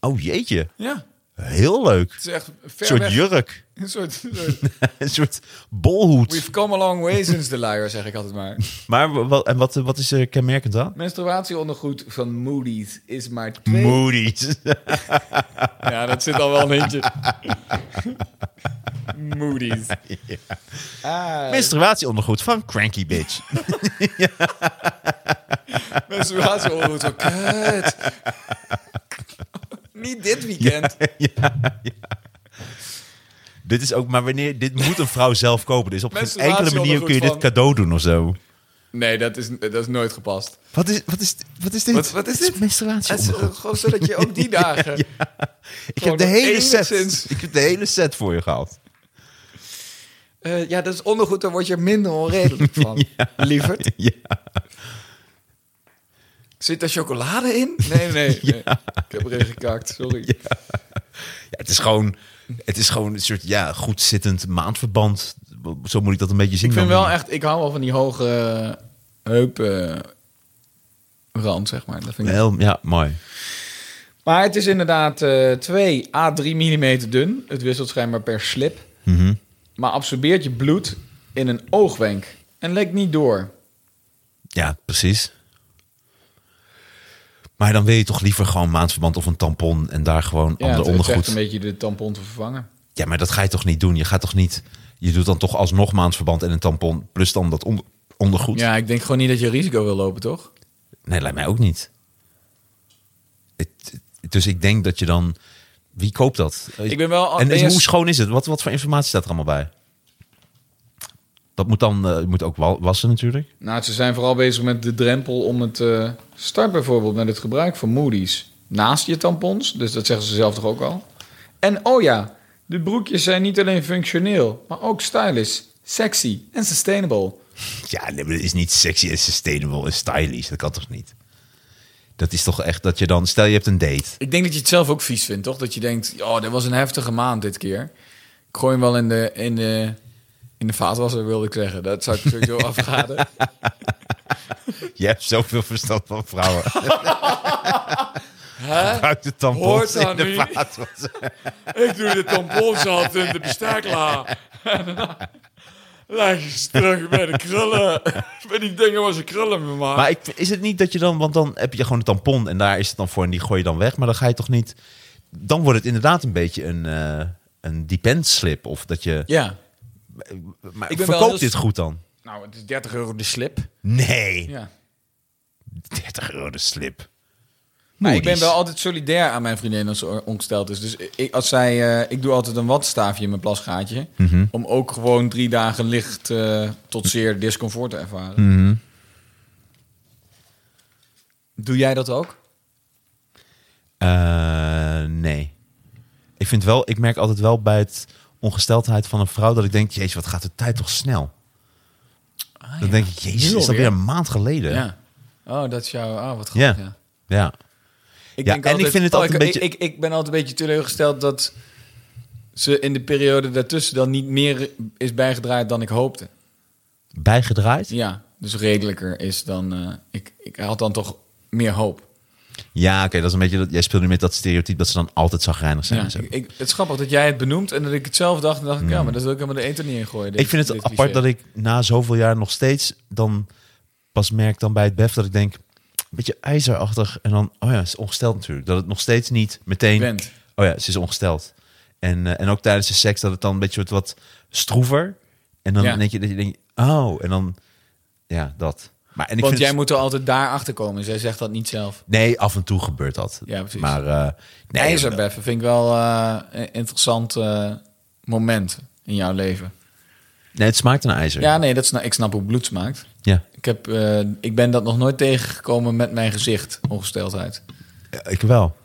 S3: Oh jeetje,
S2: Ja,
S3: heel leuk.
S2: het is echt ver
S3: Een soort
S2: weg.
S3: jurk,
S2: [LAUGHS]
S3: [LAUGHS]
S2: Een soort, soort-
S3: een soort bolhoed.
S2: We've come a long way since the liar, zeg ik altijd maar.
S3: Maar wa- wat, en wat, eh, wat is er kenmerkend aan?
S2: Menstruatieondergoed van Moody's is maar twee... [LAUGHS]
S3: Moody's.
S2: ja, dat zit al wel een hintje.
S3: [LAUGHS]
S2: Moody's. Ah,
S3: Menstruatieondergoed van Cranky Bitch.
S2: menstruatieondergoed van kut. [LAUGHS] Niet dit weekend.
S3: Dit is ook, maar wanneer, dit moet een vrouw zelf kopen. Dus op geen enkele manier
S2: Menstruatieondergoed
S3: kun je dit
S2: van-
S3: cadeau doen of zo.
S2: Nee, dat is, dat is nooit gepast.
S3: Wat is, wat is, wat is dit?
S2: Wat- wat is dit? Het is
S3: Menstruatieondergoed.
S2: gewoon zodat je
S3: [LAUGHS]
S2: ook die dagen...
S3: Ik
S2: gewoon
S3: heb de
S2: nog
S3: hele set.
S2: enigszins-
S3: Ik heb de hele set voor je gehaald.
S2: Eh, ja, dat is ondergoed, daar word je minder
S3: [LAUGHS]
S2: onredelijk van. Lieverd.
S3: Ja.
S2: Zit daar chocolade in? Nee,
S3: [LAUGHS]
S2: nee. nee. Ik heb erin gekakt, sorry.
S3: Ja, het is gewoon, het is gewoon een soort ja, goed zittend maandverband. Zo moet ik dat een beetje zien.
S2: Ik vind
S3: dan.
S2: wel echt, ik hou wel van die hoge eh, heupen rand, zeg maar. Dat vind ik.
S3: Heel, ja, mooi.
S2: Maar het is inderdaad eh 2 à 3 mm dun. Het wisselt schijnbaar per slip.
S3: Mhm.
S2: Maar absorbeert je bloed in een oogwenk en lekt niet door.
S3: Ja, precies. Maar dan wil je toch liever gewoon maandverband of een tampon en daar gewoon
S2: Ja,
S3: ander
S2: het, het is echt
S3: ondergoed.
S2: een beetje de tampon te vervangen.
S3: Ja, maar dat ga je toch niet doen? Je gaat toch niet. Je doet dan toch alsnog maandverband en een tampon. Plus dan dat onder, ondergoed.
S2: Ja, ik denk gewoon niet dat je risico wil lopen, toch?
S3: Nee, lijkt mij ook niet. Het- het- dus ik denk dat je dan. Wie koopt dat?
S2: Ik ben wel-
S3: En,
S2: ben
S3: en
S2: je-
S3: hoe schoon is het? Wat, wat voor informatie staat er allemaal bij? Dat moet dan. eh, je moet ook wa- wassen natuurlijk.
S2: Nou, ze zijn vooral bezig met de drempel om het... eh, start bijvoorbeeld met het gebruik van Moody's naast je tampons. Dus dat zeggen ze zelf toch ook al. En oh ja, de broekjes zijn niet alleen functioneel, maar ook stylish, sexy en sustainable.
S3: Ja, nee, maar het is niet sexy en sustainable en stylish. Dat kan toch niet? Dat is toch echt dat je dan. Stel je hebt een date.
S2: Ik denk dat je het zelf ook vies vindt, toch? Dat je denkt, oh, dit was een heftige maand dit keer. Ik gooi hem wel in de, in de, in de vaatwasser, wilde ik zeggen. Dat zou ik sowieso [LAUGHS] afraden.
S3: Je hebt zoveel verstand van vrouwen. [LAUGHS] Gebruik de tampons
S2: Hoort dat
S3: in de
S2: nu?
S3: vaatwasser.
S2: Ik doe de tampons altijd in de bestekla. Leg eens terug bij de krullen. Bij die dingen waar ze krullen me maken.
S3: Maar ik, is het niet dat je dan, want dan heb je gewoon een tampon en daar is het dan voor en die gooi je dan weg, maar dan ga je toch niet. Dan wordt het inderdaad een beetje een, eh een depend slip of dat je.
S2: Ja.
S3: Maar
S2: Ik ben wel dus
S3: verkoopt
S2: heel-
S3: dit goed dan?
S2: Nou, het is 30 euro de slip.
S3: Nee,
S2: Ja.
S3: 30 euro de slip.
S2: Maar ik ben
S3: Moody's.
S2: wel altijd solidair aan mijn vriendin als ze ongesteld is. Dus ik, als zij, eh, ik doe altijd een watstaafje in mijn plasgaatje.
S3: Mhm.
S2: Om ook gewoon drie dagen licht eh, tot zeer discomfort te ervaren.
S3: Mhm.
S2: Doe jij dat ook?
S3: Eh, nee. Ik vind wel, ik merk altijd wel bij het ongesteldheid van een vrouw dat ik denk, jezus, wat gaat de tijd toch snel? dan denk ik, jezus,
S2: Nu
S3: is dat weer
S2: alweer?
S3: een maand geleden?
S2: Ja. Oh, dat is jouw... Oh, wat
S3: ja.
S2: grappig. Ja.
S3: ja.
S2: Ik
S3: Ja,
S2: denk
S3: en ik vind het
S2: oh,
S3: altijd
S2: ik,
S3: een beetje-
S2: Ik, ik, ik ben altijd een beetje teleurgesteld dat ze in de periode daartussen dan niet meer is bijgedraaid dan ik hoopte.
S3: Bijgedraaid?
S2: Ja, dus redelijker is dan... eh, ik, ik had dan toch meer hoop.
S3: Ja, oké, dat is een beetje dat jij speelt nu met dat stereotype dat ze dan altijd zagrijnig zijn.
S2: Ja,
S3: en zo. Hmm.
S2: ik, ik- het is grappig dat jij het benoemt en dat ik het zelf dacht. En dacht ik, ja, maar dat wil ik helemaal de eten niet ingooien.
S3: ik vind het apart dat ik na zoveel jaar nog steeds dan pas merk dan bij het bef dat ik denk een beetje ijzerachtig en dan oh ja, ze is ongesteld natuurlijk. Dat het nog steeds niet meteen
S2: Bent.
S3: oh ja, ze is ongesteld. En, eh, en ook tijdens de seks dat het dan een beetje wordt wat stroever en dan
S2: Ja.
S3: denk je dat je denkt oh en dan ja, dat. Maar en ik
S2: Want
S3: vind
S2: jij
S3: het-
S2: moet er altijd daar achter komen. Zij zegt dat niet zelf.
S3: nee, af en toe gebeurt dat.
S2: Ja, precies.
S3: Maar eh nee,
S2: IJzerbeffen vind ik wel eh, een interessant eh, moment in jouw leven.
S3: nee, het smaakt naar ijzer.
S2: Ja, nee, dat sna ik snap hoe bloed smaakt.
S3: ja.
S2: Ik, heb, eh, ik ben dat nog nooit tegengekomen met mijn gezicht, ongesteldheid.
S3: Ja, ik wel.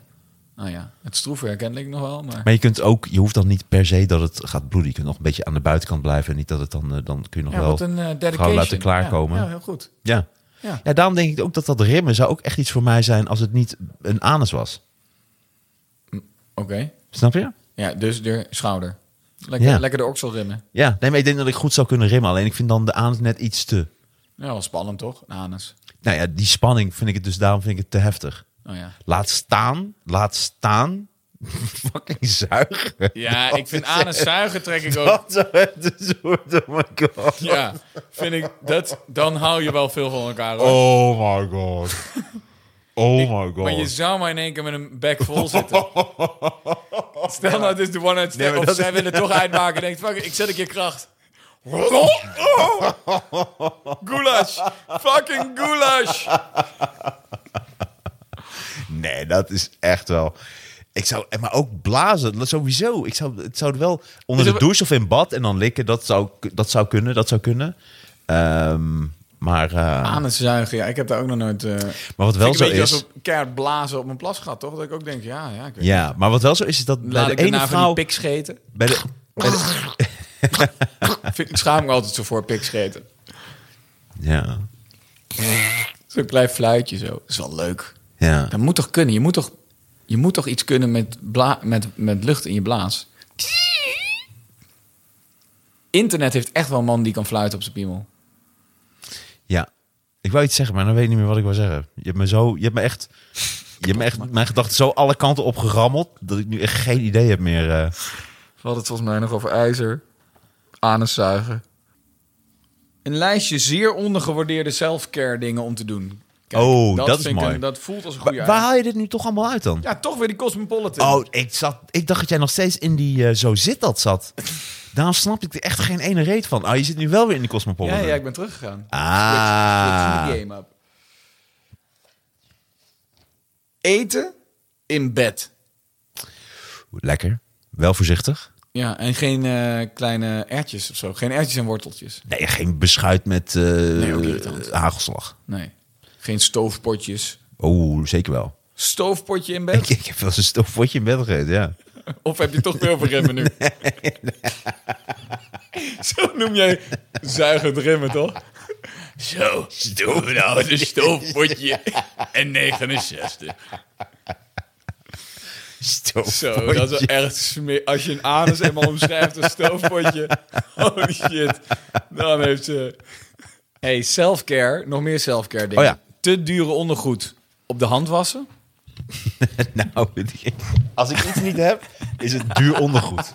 S2: Nou ja, het stroef herkende ik nog wel, maar...
S3: Maar je kunt ook, je hoeft dan niet per se dat het gaat bloeden. Je kunt nog een beetje aan de buitenkant blijven. En niet dat het dan, eh, dan kun je nog
S2: ja,
S3: wel
S2: wat een eh, dedication.
S3: gauw laten
S2: Ja,
S3: klaarkomen.
S2: ja,
S3: Ja,
S2: heel goed.
S3: ja.
S2: Ja.
S3: daarom denk ik ook dat dat rimmen zou ook echt iets voor mij zijn als het niet een anus was.
S2: Oké.
S3: Snap je?
S2: Ja, dus de schouder. Lekker,
S3: Ja.
S2: lekker de oksel rimmen.
S3: Ja, nee, maar ik denk dat ik goed zou kunnen rimmen. Alleen ik vind dan de anus net iets te...
S2: Ja, wel spannend toch? Een anus.
S3: Nou ja, die spanning vind ik het dus... Daarom vind ik het te heftig.
S2: Oh ja.
S3: Laat staan. Laat staan. [LAUGHS] Fucking zuigen. [LAUGHS]
S2: Ja, ik vind anus zuigen trek ik ook.
S3: Dat zou het dus worden. Oh my god.
S2: Ja, vind ik dat. Dan hou je wel veel van elkaar. Hoor.
S3: Oh my god. Oh my god.
S2: Maar je zou maar in één keer met een bek vol zitten.
S3: [LAUGHS]
S2: Stel nou, dit is de one night stand.
S3: Nee, maar
S2: of
S3: dat
S2: zij
S3: is-
S2: willen het toch uitmaken. En denkt, fuck, it, ik zet een keer
S3: [LAUGHS]
S2: kracht. Goulash. Fucking goulash.
S3: Nee, dat is echt wel. Ik zou, en maar ook blazen, dat sowieso. Ik zou, het zou wel onder
S2: Dus
S3: de
S2: we-
S3: douche of in bad en dan likken, dat zou, dat zou kunnen, dat zou kunnen. Ehm, maar, eh,
S2: Anus zuigen, ja. Ik heb daar ook nog nooit... eh,
S3: maar wat
S2: vind
S3: wel
S2: ik
S3: zo
S2: een beetje
S3: is,
S2: als op keihard blazen op mijn plas gaat, toch? Dat ik ook denk, ja, ja. Ik weet
S3: ja, maar wat wel zo is, is dat
S2: niet.
S3: bij
S2: Laat
S3: de
S2: ik daarna
S3: ene
S2: van die
S3: vrouw,
S2: pik scheten.
S3: bij de, bij de-
S2: Vind, ik schaam me altijd zo voor pik scheten. [LAUGHS]
S3: ja,
S2: Zo'n klein fluitje zo. Dat is wel leuk.
S3: ja,
S2: Dat moet toch kunnen? Je moet toch, je moet toch iets kunnen met, bla, met, met lucht in je blaas? Internet heeft echt wel een man die kan fluiten op zijn piemel.
S3: ja. Ik wou iets zeggen, maar dan weet ik niet meer wat ik wou zeggen. Je hebt me zo, je hebt me echt, je hebt me echt, mijn gedachten zo alle kanten opgerammeld dat ik nu echt geen idee heb meer. eh.
S2: We hadden het volgens mij nog over ijzer, anuszuigen. Een lijstje zeer ondergewaardeerde self-care dingen om te doen.
S3: Oh, dat is
S2: vind ik
S3: mooi.
S2: een- dat voelt als een
S3: Wa-
S2: goede
S3: waar
S2: uit-
S3: haal je dit nu toch allemaal uit dan?
S2: Ja, toch weer die Cosmopolitan.
S3: Oh, ik, zat, ik dacht dat jij nog steeds in die eh, zo zit dat zat. Daarom snap ik er echt geen ene reet van. Ah, je zit nu wel weer in die
S2: ja,
S3: Cosmopolitan.
S2: ja, ik ben teruggegaan.
S3: Ah.
S2: Switch the game up. Eten in bed.
S3: Lekker. Wel voorzichtig.
S2: Ja, en geen eh, kleine ertjes of zo. Geen ertjes en worteltjes.
S3: Nee, geen beschuit met eh,
S2: ook irritant.
S3: hagelslag.
S2: Nee. Geen stoofpotjes.
S3: Oh, zeker wel.
S2: Stoofpotje in [LAUGHS]
S3: Ik,
S2: bed?
S3: [LAUGHS] ik heb wel eens een stoofpotje in bed gegeten, ja.
S2: Of heb je toch veel voor [LAUGHS] remmen nu? [LAUGHS] Zo noem jij zuigend remmen, toch? Zo, doe nou [LAUGHS] een [LAUGHS] stoofpotje en 69.
S3: Oh,
S2: Zo, dat is wel echt smeer. Als je een anus eenmaal omschrijft, een
S3: [LAUGHS]
S2: stoofpotje. Holy shit. Dan heeft ze... hey, self-care. Nog meer self-care dingen.
S3: Oh ja.
S2: Te dure ondergoed. Op de hand wassen.
S3: Nou, als ik iets niet heb, is het duur
S2: [LAUGHS]
S3: ondergoed.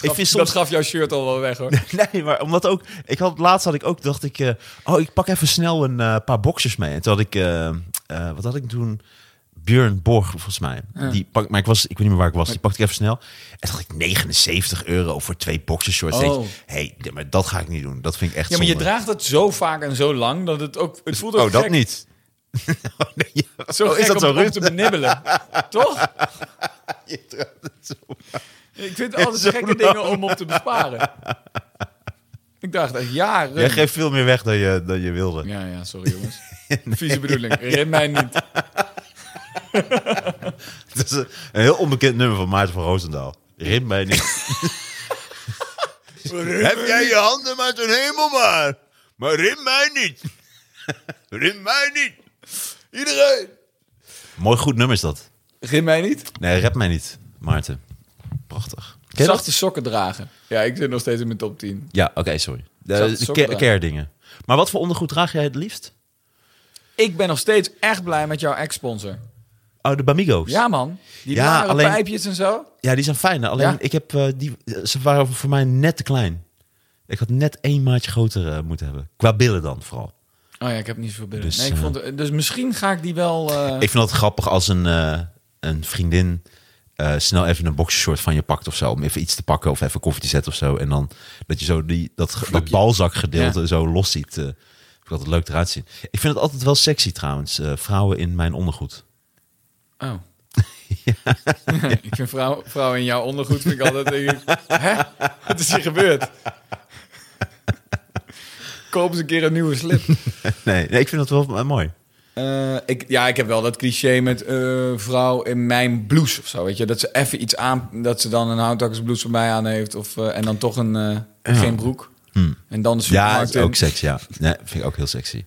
S3: Ik vind soms [LAUGHS]
S2: Dat gaf jouw shirt al wel weg, hoor.
S3: Nee, maar omdat ook... Ik had, laatst had ik ook, dacht ik... eh, oh, ik pak even snel een eh, paar boxers mee. En toen had ik... eh, eh, wat had ik toen? Björn Borg, volgens mij. Die pak, maar ik, was, ik weet niet meer waar ik was. Die pakte ik even snel. En toen dacht ik 79 euro voor twee boxershorts.
S2: Oh.
S3: Hé, hey, d- maar dat ga ik niet doen. Dat vind ik echt
S2: Ja, maar je
S3: zonde.
S2: draagt het zo vaak en zo lang dat het ook... Het voelt ook
S3: Oh, dat
S2: gek.
S3: niet. [LAUGHS] Oh, nee, ja.
S2: Zo
S3: Oh,
S2: gek
S3: is dat
S2: om,
S3: zo,
S2: om
S3: Ruud?
S2: te
S3: [LAUGHS]
S2: benibbelen. toch?
S3: Je draagt het zo.
S2: Ik vind het
S3: Zo
S2: altijd gekke dingen om op te besparen. Ik dacht echt jaren.
S3: Jij geeft veel meer weg dan je, dan je wilde.
S2: Ja, ja, sorry jongens. Vieze bedoeling. Ren mij niet.
S3: [LAUGHS] Dat is een, een heel onbekend nummer van Maarten van Roosendaal. Rim mij niet. [LAUGHS] Heb jij je handen maar ten hemel maar. Maar rim mij niet. Rim mij niet. Iedereen. Mooi goed nummer is dat.
S2: Rin mij niet?
S3: Nee, rap mij niet, Maarten. Prachtig. Ken je dat?
S2: Zachte sokken dragen. Ja, ik zit nog steeds in mijn top 10.
S3: Ja, oké, sorry.
S2: Zachte
S3: De
S2: sokken
S3: care,
S2: dragen.
S3: care dingen. Maar wat voor ondergoed draag jij het liefst?
S2: Ik ben nog steeds echt blij met jouw ex-sponsor.
S3: Oh, de Bamigo's.
S2: Ja man, die
S3: Ja,
S2: rare
S3: alleen-
S2: pijpjes en zo.
S3: Ja, die zijn fijn. Alleen
S2: Ja.
S3: ik heb eh, die, ze waren voor mij net te klein. Ik had net één maatje groter eh, moeten hebben. Qua billen dan vooral.
S2: Oh ja, ik heb niet zoveel binnen.
S3: Dus,
S2: nee, ik
S3: eh,
S2: vond, dus misschien ga ik die wel... eh,
S3: Ik vind dat grappig als een, eh, een vriendin eh, snel even een boxershort van je pakt of zo. Om even iets te pakken of even koffie te zetten of zo. En dan dat je zo die, dat, ge- dat balzakgedeelte zo los ziet. eh, vind ik altijd leuk eruit zien. Ik vind het altijd wel sexy trouwens. eh, vrouwen in mijn ondergoed. [LAUGHS]
S2: Oh. [LAUGHS] ik vind vrouw, vrouwen in jouw ondergoed vind ik altijd... denk ik, Hè? Wat is hier gebeurd? [LAUGHS] Koop eens een keer een nieuwe slip.
S3: Nee, nee ik vind dat wel eh, mooi.
S2: Eh, ik, ja, ik heb wel dat cliché met eh, vrouw in mijn blouse of zo. Weet je? Dat ze even iets aan... Dat ze dan een houtakkersblouse voor mij aan heeft. Of, eh, en dan toch een, eh, geen broek. En dan de
S3: Hmm. Ja,
S2: supermarkt
S3: is ook
S2: in.
S3: sexy. Ja, nee, vind ik ook heel sexy.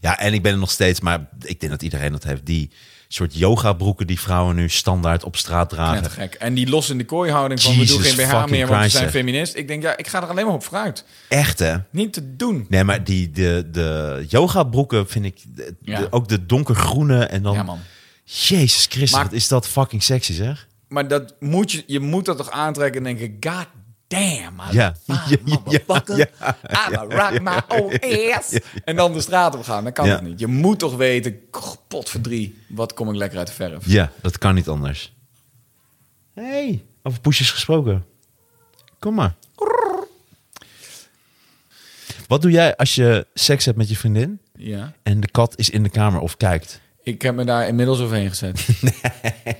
S3: Ja, en ik ben er nog steeds, maar ik denk dat iedereen dat heeft. Die soort yogabroeken die vrouwen nu standaard op straat dragen.
S2: Net gek. En die los in de kooi houding van we
S3: Jesus
S2: doen geen BH
S3: fucking
S2: meer, want we
S3: Christ,
S2: zijn
S3: zeg.
S2: feminist. Ik denk, ja, ik ga er alleen maar op vooruit.
S3: Echt hè?
S2: Niet te doen.
S3: Nee, maar die, de, de yogabroeken vind ik de-
S2: Ja.
S3: de- ook de donkergroene en dan...
S2: Ja, man.
S3: Jezus Christus,
S2: Maar-
S3: wat is dat fucking sexy zeg.
S2: Maar dat moet je, je moet dat toch aantrekken en denken, god damn,
S3: Ja. [LAUGHS] Ja, ja,
S2: motherfucker, I'ma rock my own ass. En dan de straat op gaan, dat kan
S3: Ja.
S2: het niet. Je moet toch weten, pot voor drie, wat kom ik lekker uit de verf.
S3: Ja, dat kan niet anders. hey, over poesjes gesproken. Kom maar. Wat doe jij als je seks hebt met je vriendin
S2: Ja.
S3: en de kat is in de kamer of kijkt?
S2: Ik heb me daar inmiddels overheen gezet.
S3: [LAUGHS]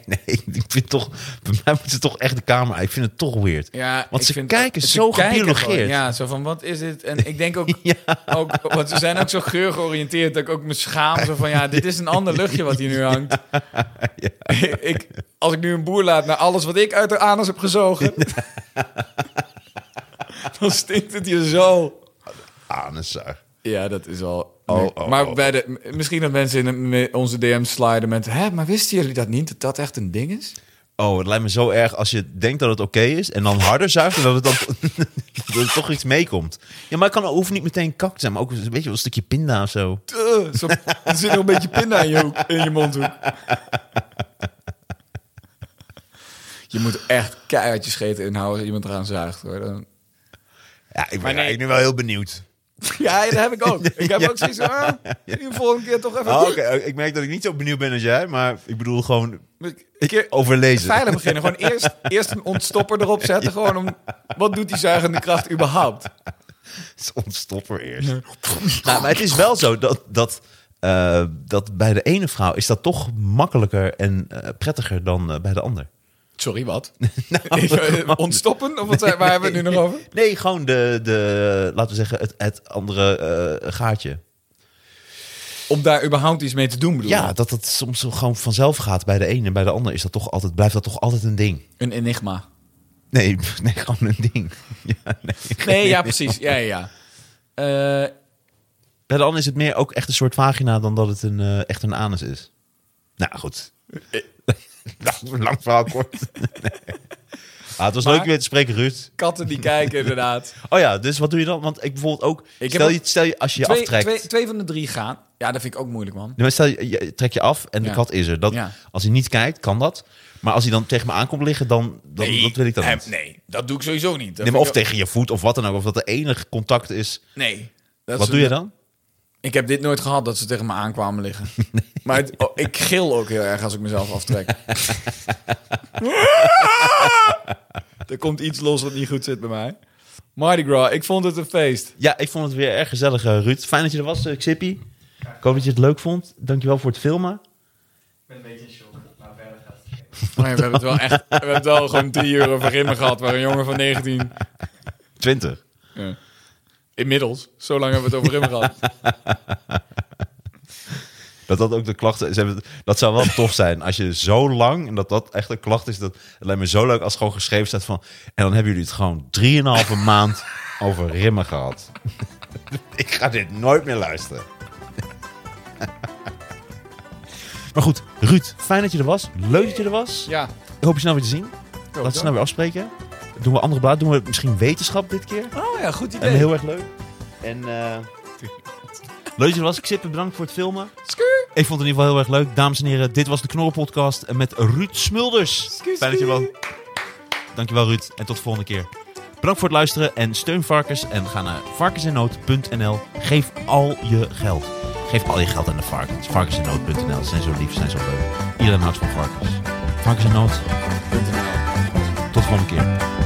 S3: Nee, ik vind toch, bij mij moet ze toch echt de kamer uit. Ik vind het toch weird.
S2: Ja,
S3: Want
S2: ik
S3: ze
S2: vind-
S3: kijken
S2: ze
S3: zo
S2: kijken gewoon.
S3: gebiologeerd.
S2: Ja, zo van wat is dit? En ik
S3: [LAUGHS]
S2: denk ook, ook, want ze zijn ook zo geurgeoriënteerd dat ik ook me schaam. Zo van ja, dit is een ander luchtje wat
S3: [LAUGHS]
S2: hier nu hangt. [LAUGHS] ik, als ik nu een boer laat naar alles wat ik uit de anus heb
S3: [LAUGHS]
S2: gezogen, dan stinkt het hier zo.
S3: Ah, Anuszaag.
S2: Ja, dat is al.
S3: Oh, oh,
S2: maar
S3: oh.
S2: Bij de, misschien dat mensen in een- me- onze DM sliden met: hè, maar wisten jullie dat niet? Dat dat echt een ding is?
S3: Oh, het lijkt me zo erg als je denkt dat het oké is en dan harder zuigt en dat het dan [LAUGHS] dat er toch iets meekomt. Ja, maar het kan hoeft niet meteen kak te zijn, maar ook een beetje een stukje pinda of zo.
S2: Tuh, Eh, zo- er zit nog een beetje pinda in je, hoek, in je mondhoek. Je moet echt keihard je scheten inhouden als iemand eraan zuigt. Hoor. Dan... Maar
S3: Ja, ik
S2: nee.
S3: ben eigenlijk nu wel heel
S2: [LAUGHS]
S3: benieuwd.
S2: Ja, dat heb ik ook. Ik heb ook zoiets van, ah, de volgende keer toch even...
S3: Oh, Oké, ik merk dat ik niet zo benieuwd ben als jij, maar ik bedoel gewoon
S2: Een keer
S3: overlezen.
S2: veilig beginnen. Gewoon eerst, eerst een ontstopper erop zetten. Gewoon om, wat doet die zuigende kracht überhaupt?
S3: [LAUGHS] Het is ontstopper eerst. Nou, maar het is wel zo dat, dat, eh, dat bij de ene vrouw is dat toch makkelijker en eh, prettiger dan eh, bij de ander.
S2: Sorry,
S3: [LAUGHS]
S2: wat?
S3: Nou,
S2: Even Ontstoppen? Of wat, zijn- waar hebben we het nu nog
S3: [LAUGHS]
S2: over?
S3: Nee, gewoon de, de laten we zeggen, het, het andere eh, gaatje.
S2: Om daar überhaupt iets mee te doen, bedoel
S3: Ja,
S2: je?
S3: dat het soms zo gewoon vanzelf gaat bij de ene en bij de ander is dat toch altijd, blijft dat toch altijd een ding.
S2: Een
S3: [LAUGHS]
S2: enigma.
S3: Nee, nee gewoon een ding. [LAUGHS] Ja, nee.
S2: Nee, ja, precies. Ja, ja, ja. Eh,
S3: Bij de ander is het meer ook echt een soort vagina dan dat het een, eh, echt een anus is. Nou, goed.
S2: Eh,
S3: lang, [LAUGHS] lang verhaal
S2: [LAUGHS]
S3: kort. Nee. Ah, het was
S2: Maar-
S3: leuk weer te spreken, Ruud.
S2: Katten die kijken, [LAUGHS] inderdaad.
S3: Oh ja, dus wat doe je dan? Want ik bijvoorbeeld ook...
S2: heb
S3: stel, je,
S2: ook
S3: stel je, als je je
S2: twee,
S3: aftrekt...
S2: twee, twee van de drie gaan. Ja, dat vind ik ook moeilijk, man.
S3: Nee, maar stel je, je trek je af en de
S2: Ja.
S3: kat is er. Dat,
S2: Ja.
S3: Als hij niet kijkt, kan dat. Maar als hij dan tegen me aan komt liggen, dan, dan dat wil ik dan
S2: Eh,
S3: niet.
S2: Nee, dat doe ik sowieso niet. Dat
S3: Nee, maar of
S2: vind ik
S3: tegen je voet of wat dan ook. Of dat de enige contact is.
S2: ook- Nee. Dat
S3: wat
S2: is-
S3: doe je dan?
S2: Ik heb dit nooit gehad, dat ze tegen me aankwamen [LAUGHS] liggen. Maar het- oh, ik gil ook heel erg als ik mezelf [LAUGHS] aftrek. er komt iets los wat niet goed zit bij mij. Mardi Gras, ik vond het een feest.
S3: Ja, ik vond het weer erg gezellig, eh, Ruud. Fijn dat je er was, eh, Xippy. Ik hoop dat je het leuk vond. Dankjewel voor het filmen.
S4: Ik ben een beetje in shock, maar verder gaat
S2: [LAUGHS]
S4: het.
S2: Maar we hebben het wel echt, we hebben het wel gewoon drie uur over rimmen gehad, waar een jongen van 19
S3: 20.
S2: Ja. Inmiddels. Zo lang hebben we het over rimmen gehad.
S3: Dat dat ook de klachten is. Dat zou wel tof zijn als je zo lang... en dat dat echt een klacht is. Dat het lijkt me zo leuk als gewoon geschreven staat van... en dan hebben jullie het gewoon [LAUGHS] 3,5 maand over rimmen gehad. [LAUGHS] ik ga dit nooit meer luisteren. maar goed, Ruud, fijn dat je er was. Leuk dat je er was.
S2: Ja.
S3: Ik hoop je snel weer te zien. Laten we snel weer afspreken. Doen we andere blaad. Doen we misschien wetenschap dit keer.
S2: Oh ja, goed idee.
S3: En heel erg leuk. En eh [LAUGHS] leuk dat je er was. Ik zit bedankt voor het filmen.
S2: Skuur.
S3: Ik vond het in ieder geval heel erg leuk. Dames en heren, dit was de Knorrenpodcast met Ruud Smulders.
S2: Skuur,
S3: Fijn dat je
S2: skuur.
S3: wel. Dankjewel Ruud. En tot de volgende keer. Bedankt voor het luisteren en steun Varkens. En ga naar varkensinnood.nl. Geef al je geld. Geef al je geld aan de varkens. Varkensinnood.nl. Ze zijn zo lief, ze zijn zo leuk. Iedereen houdt van varkens. Varkens in nood. Tot de volgende keer.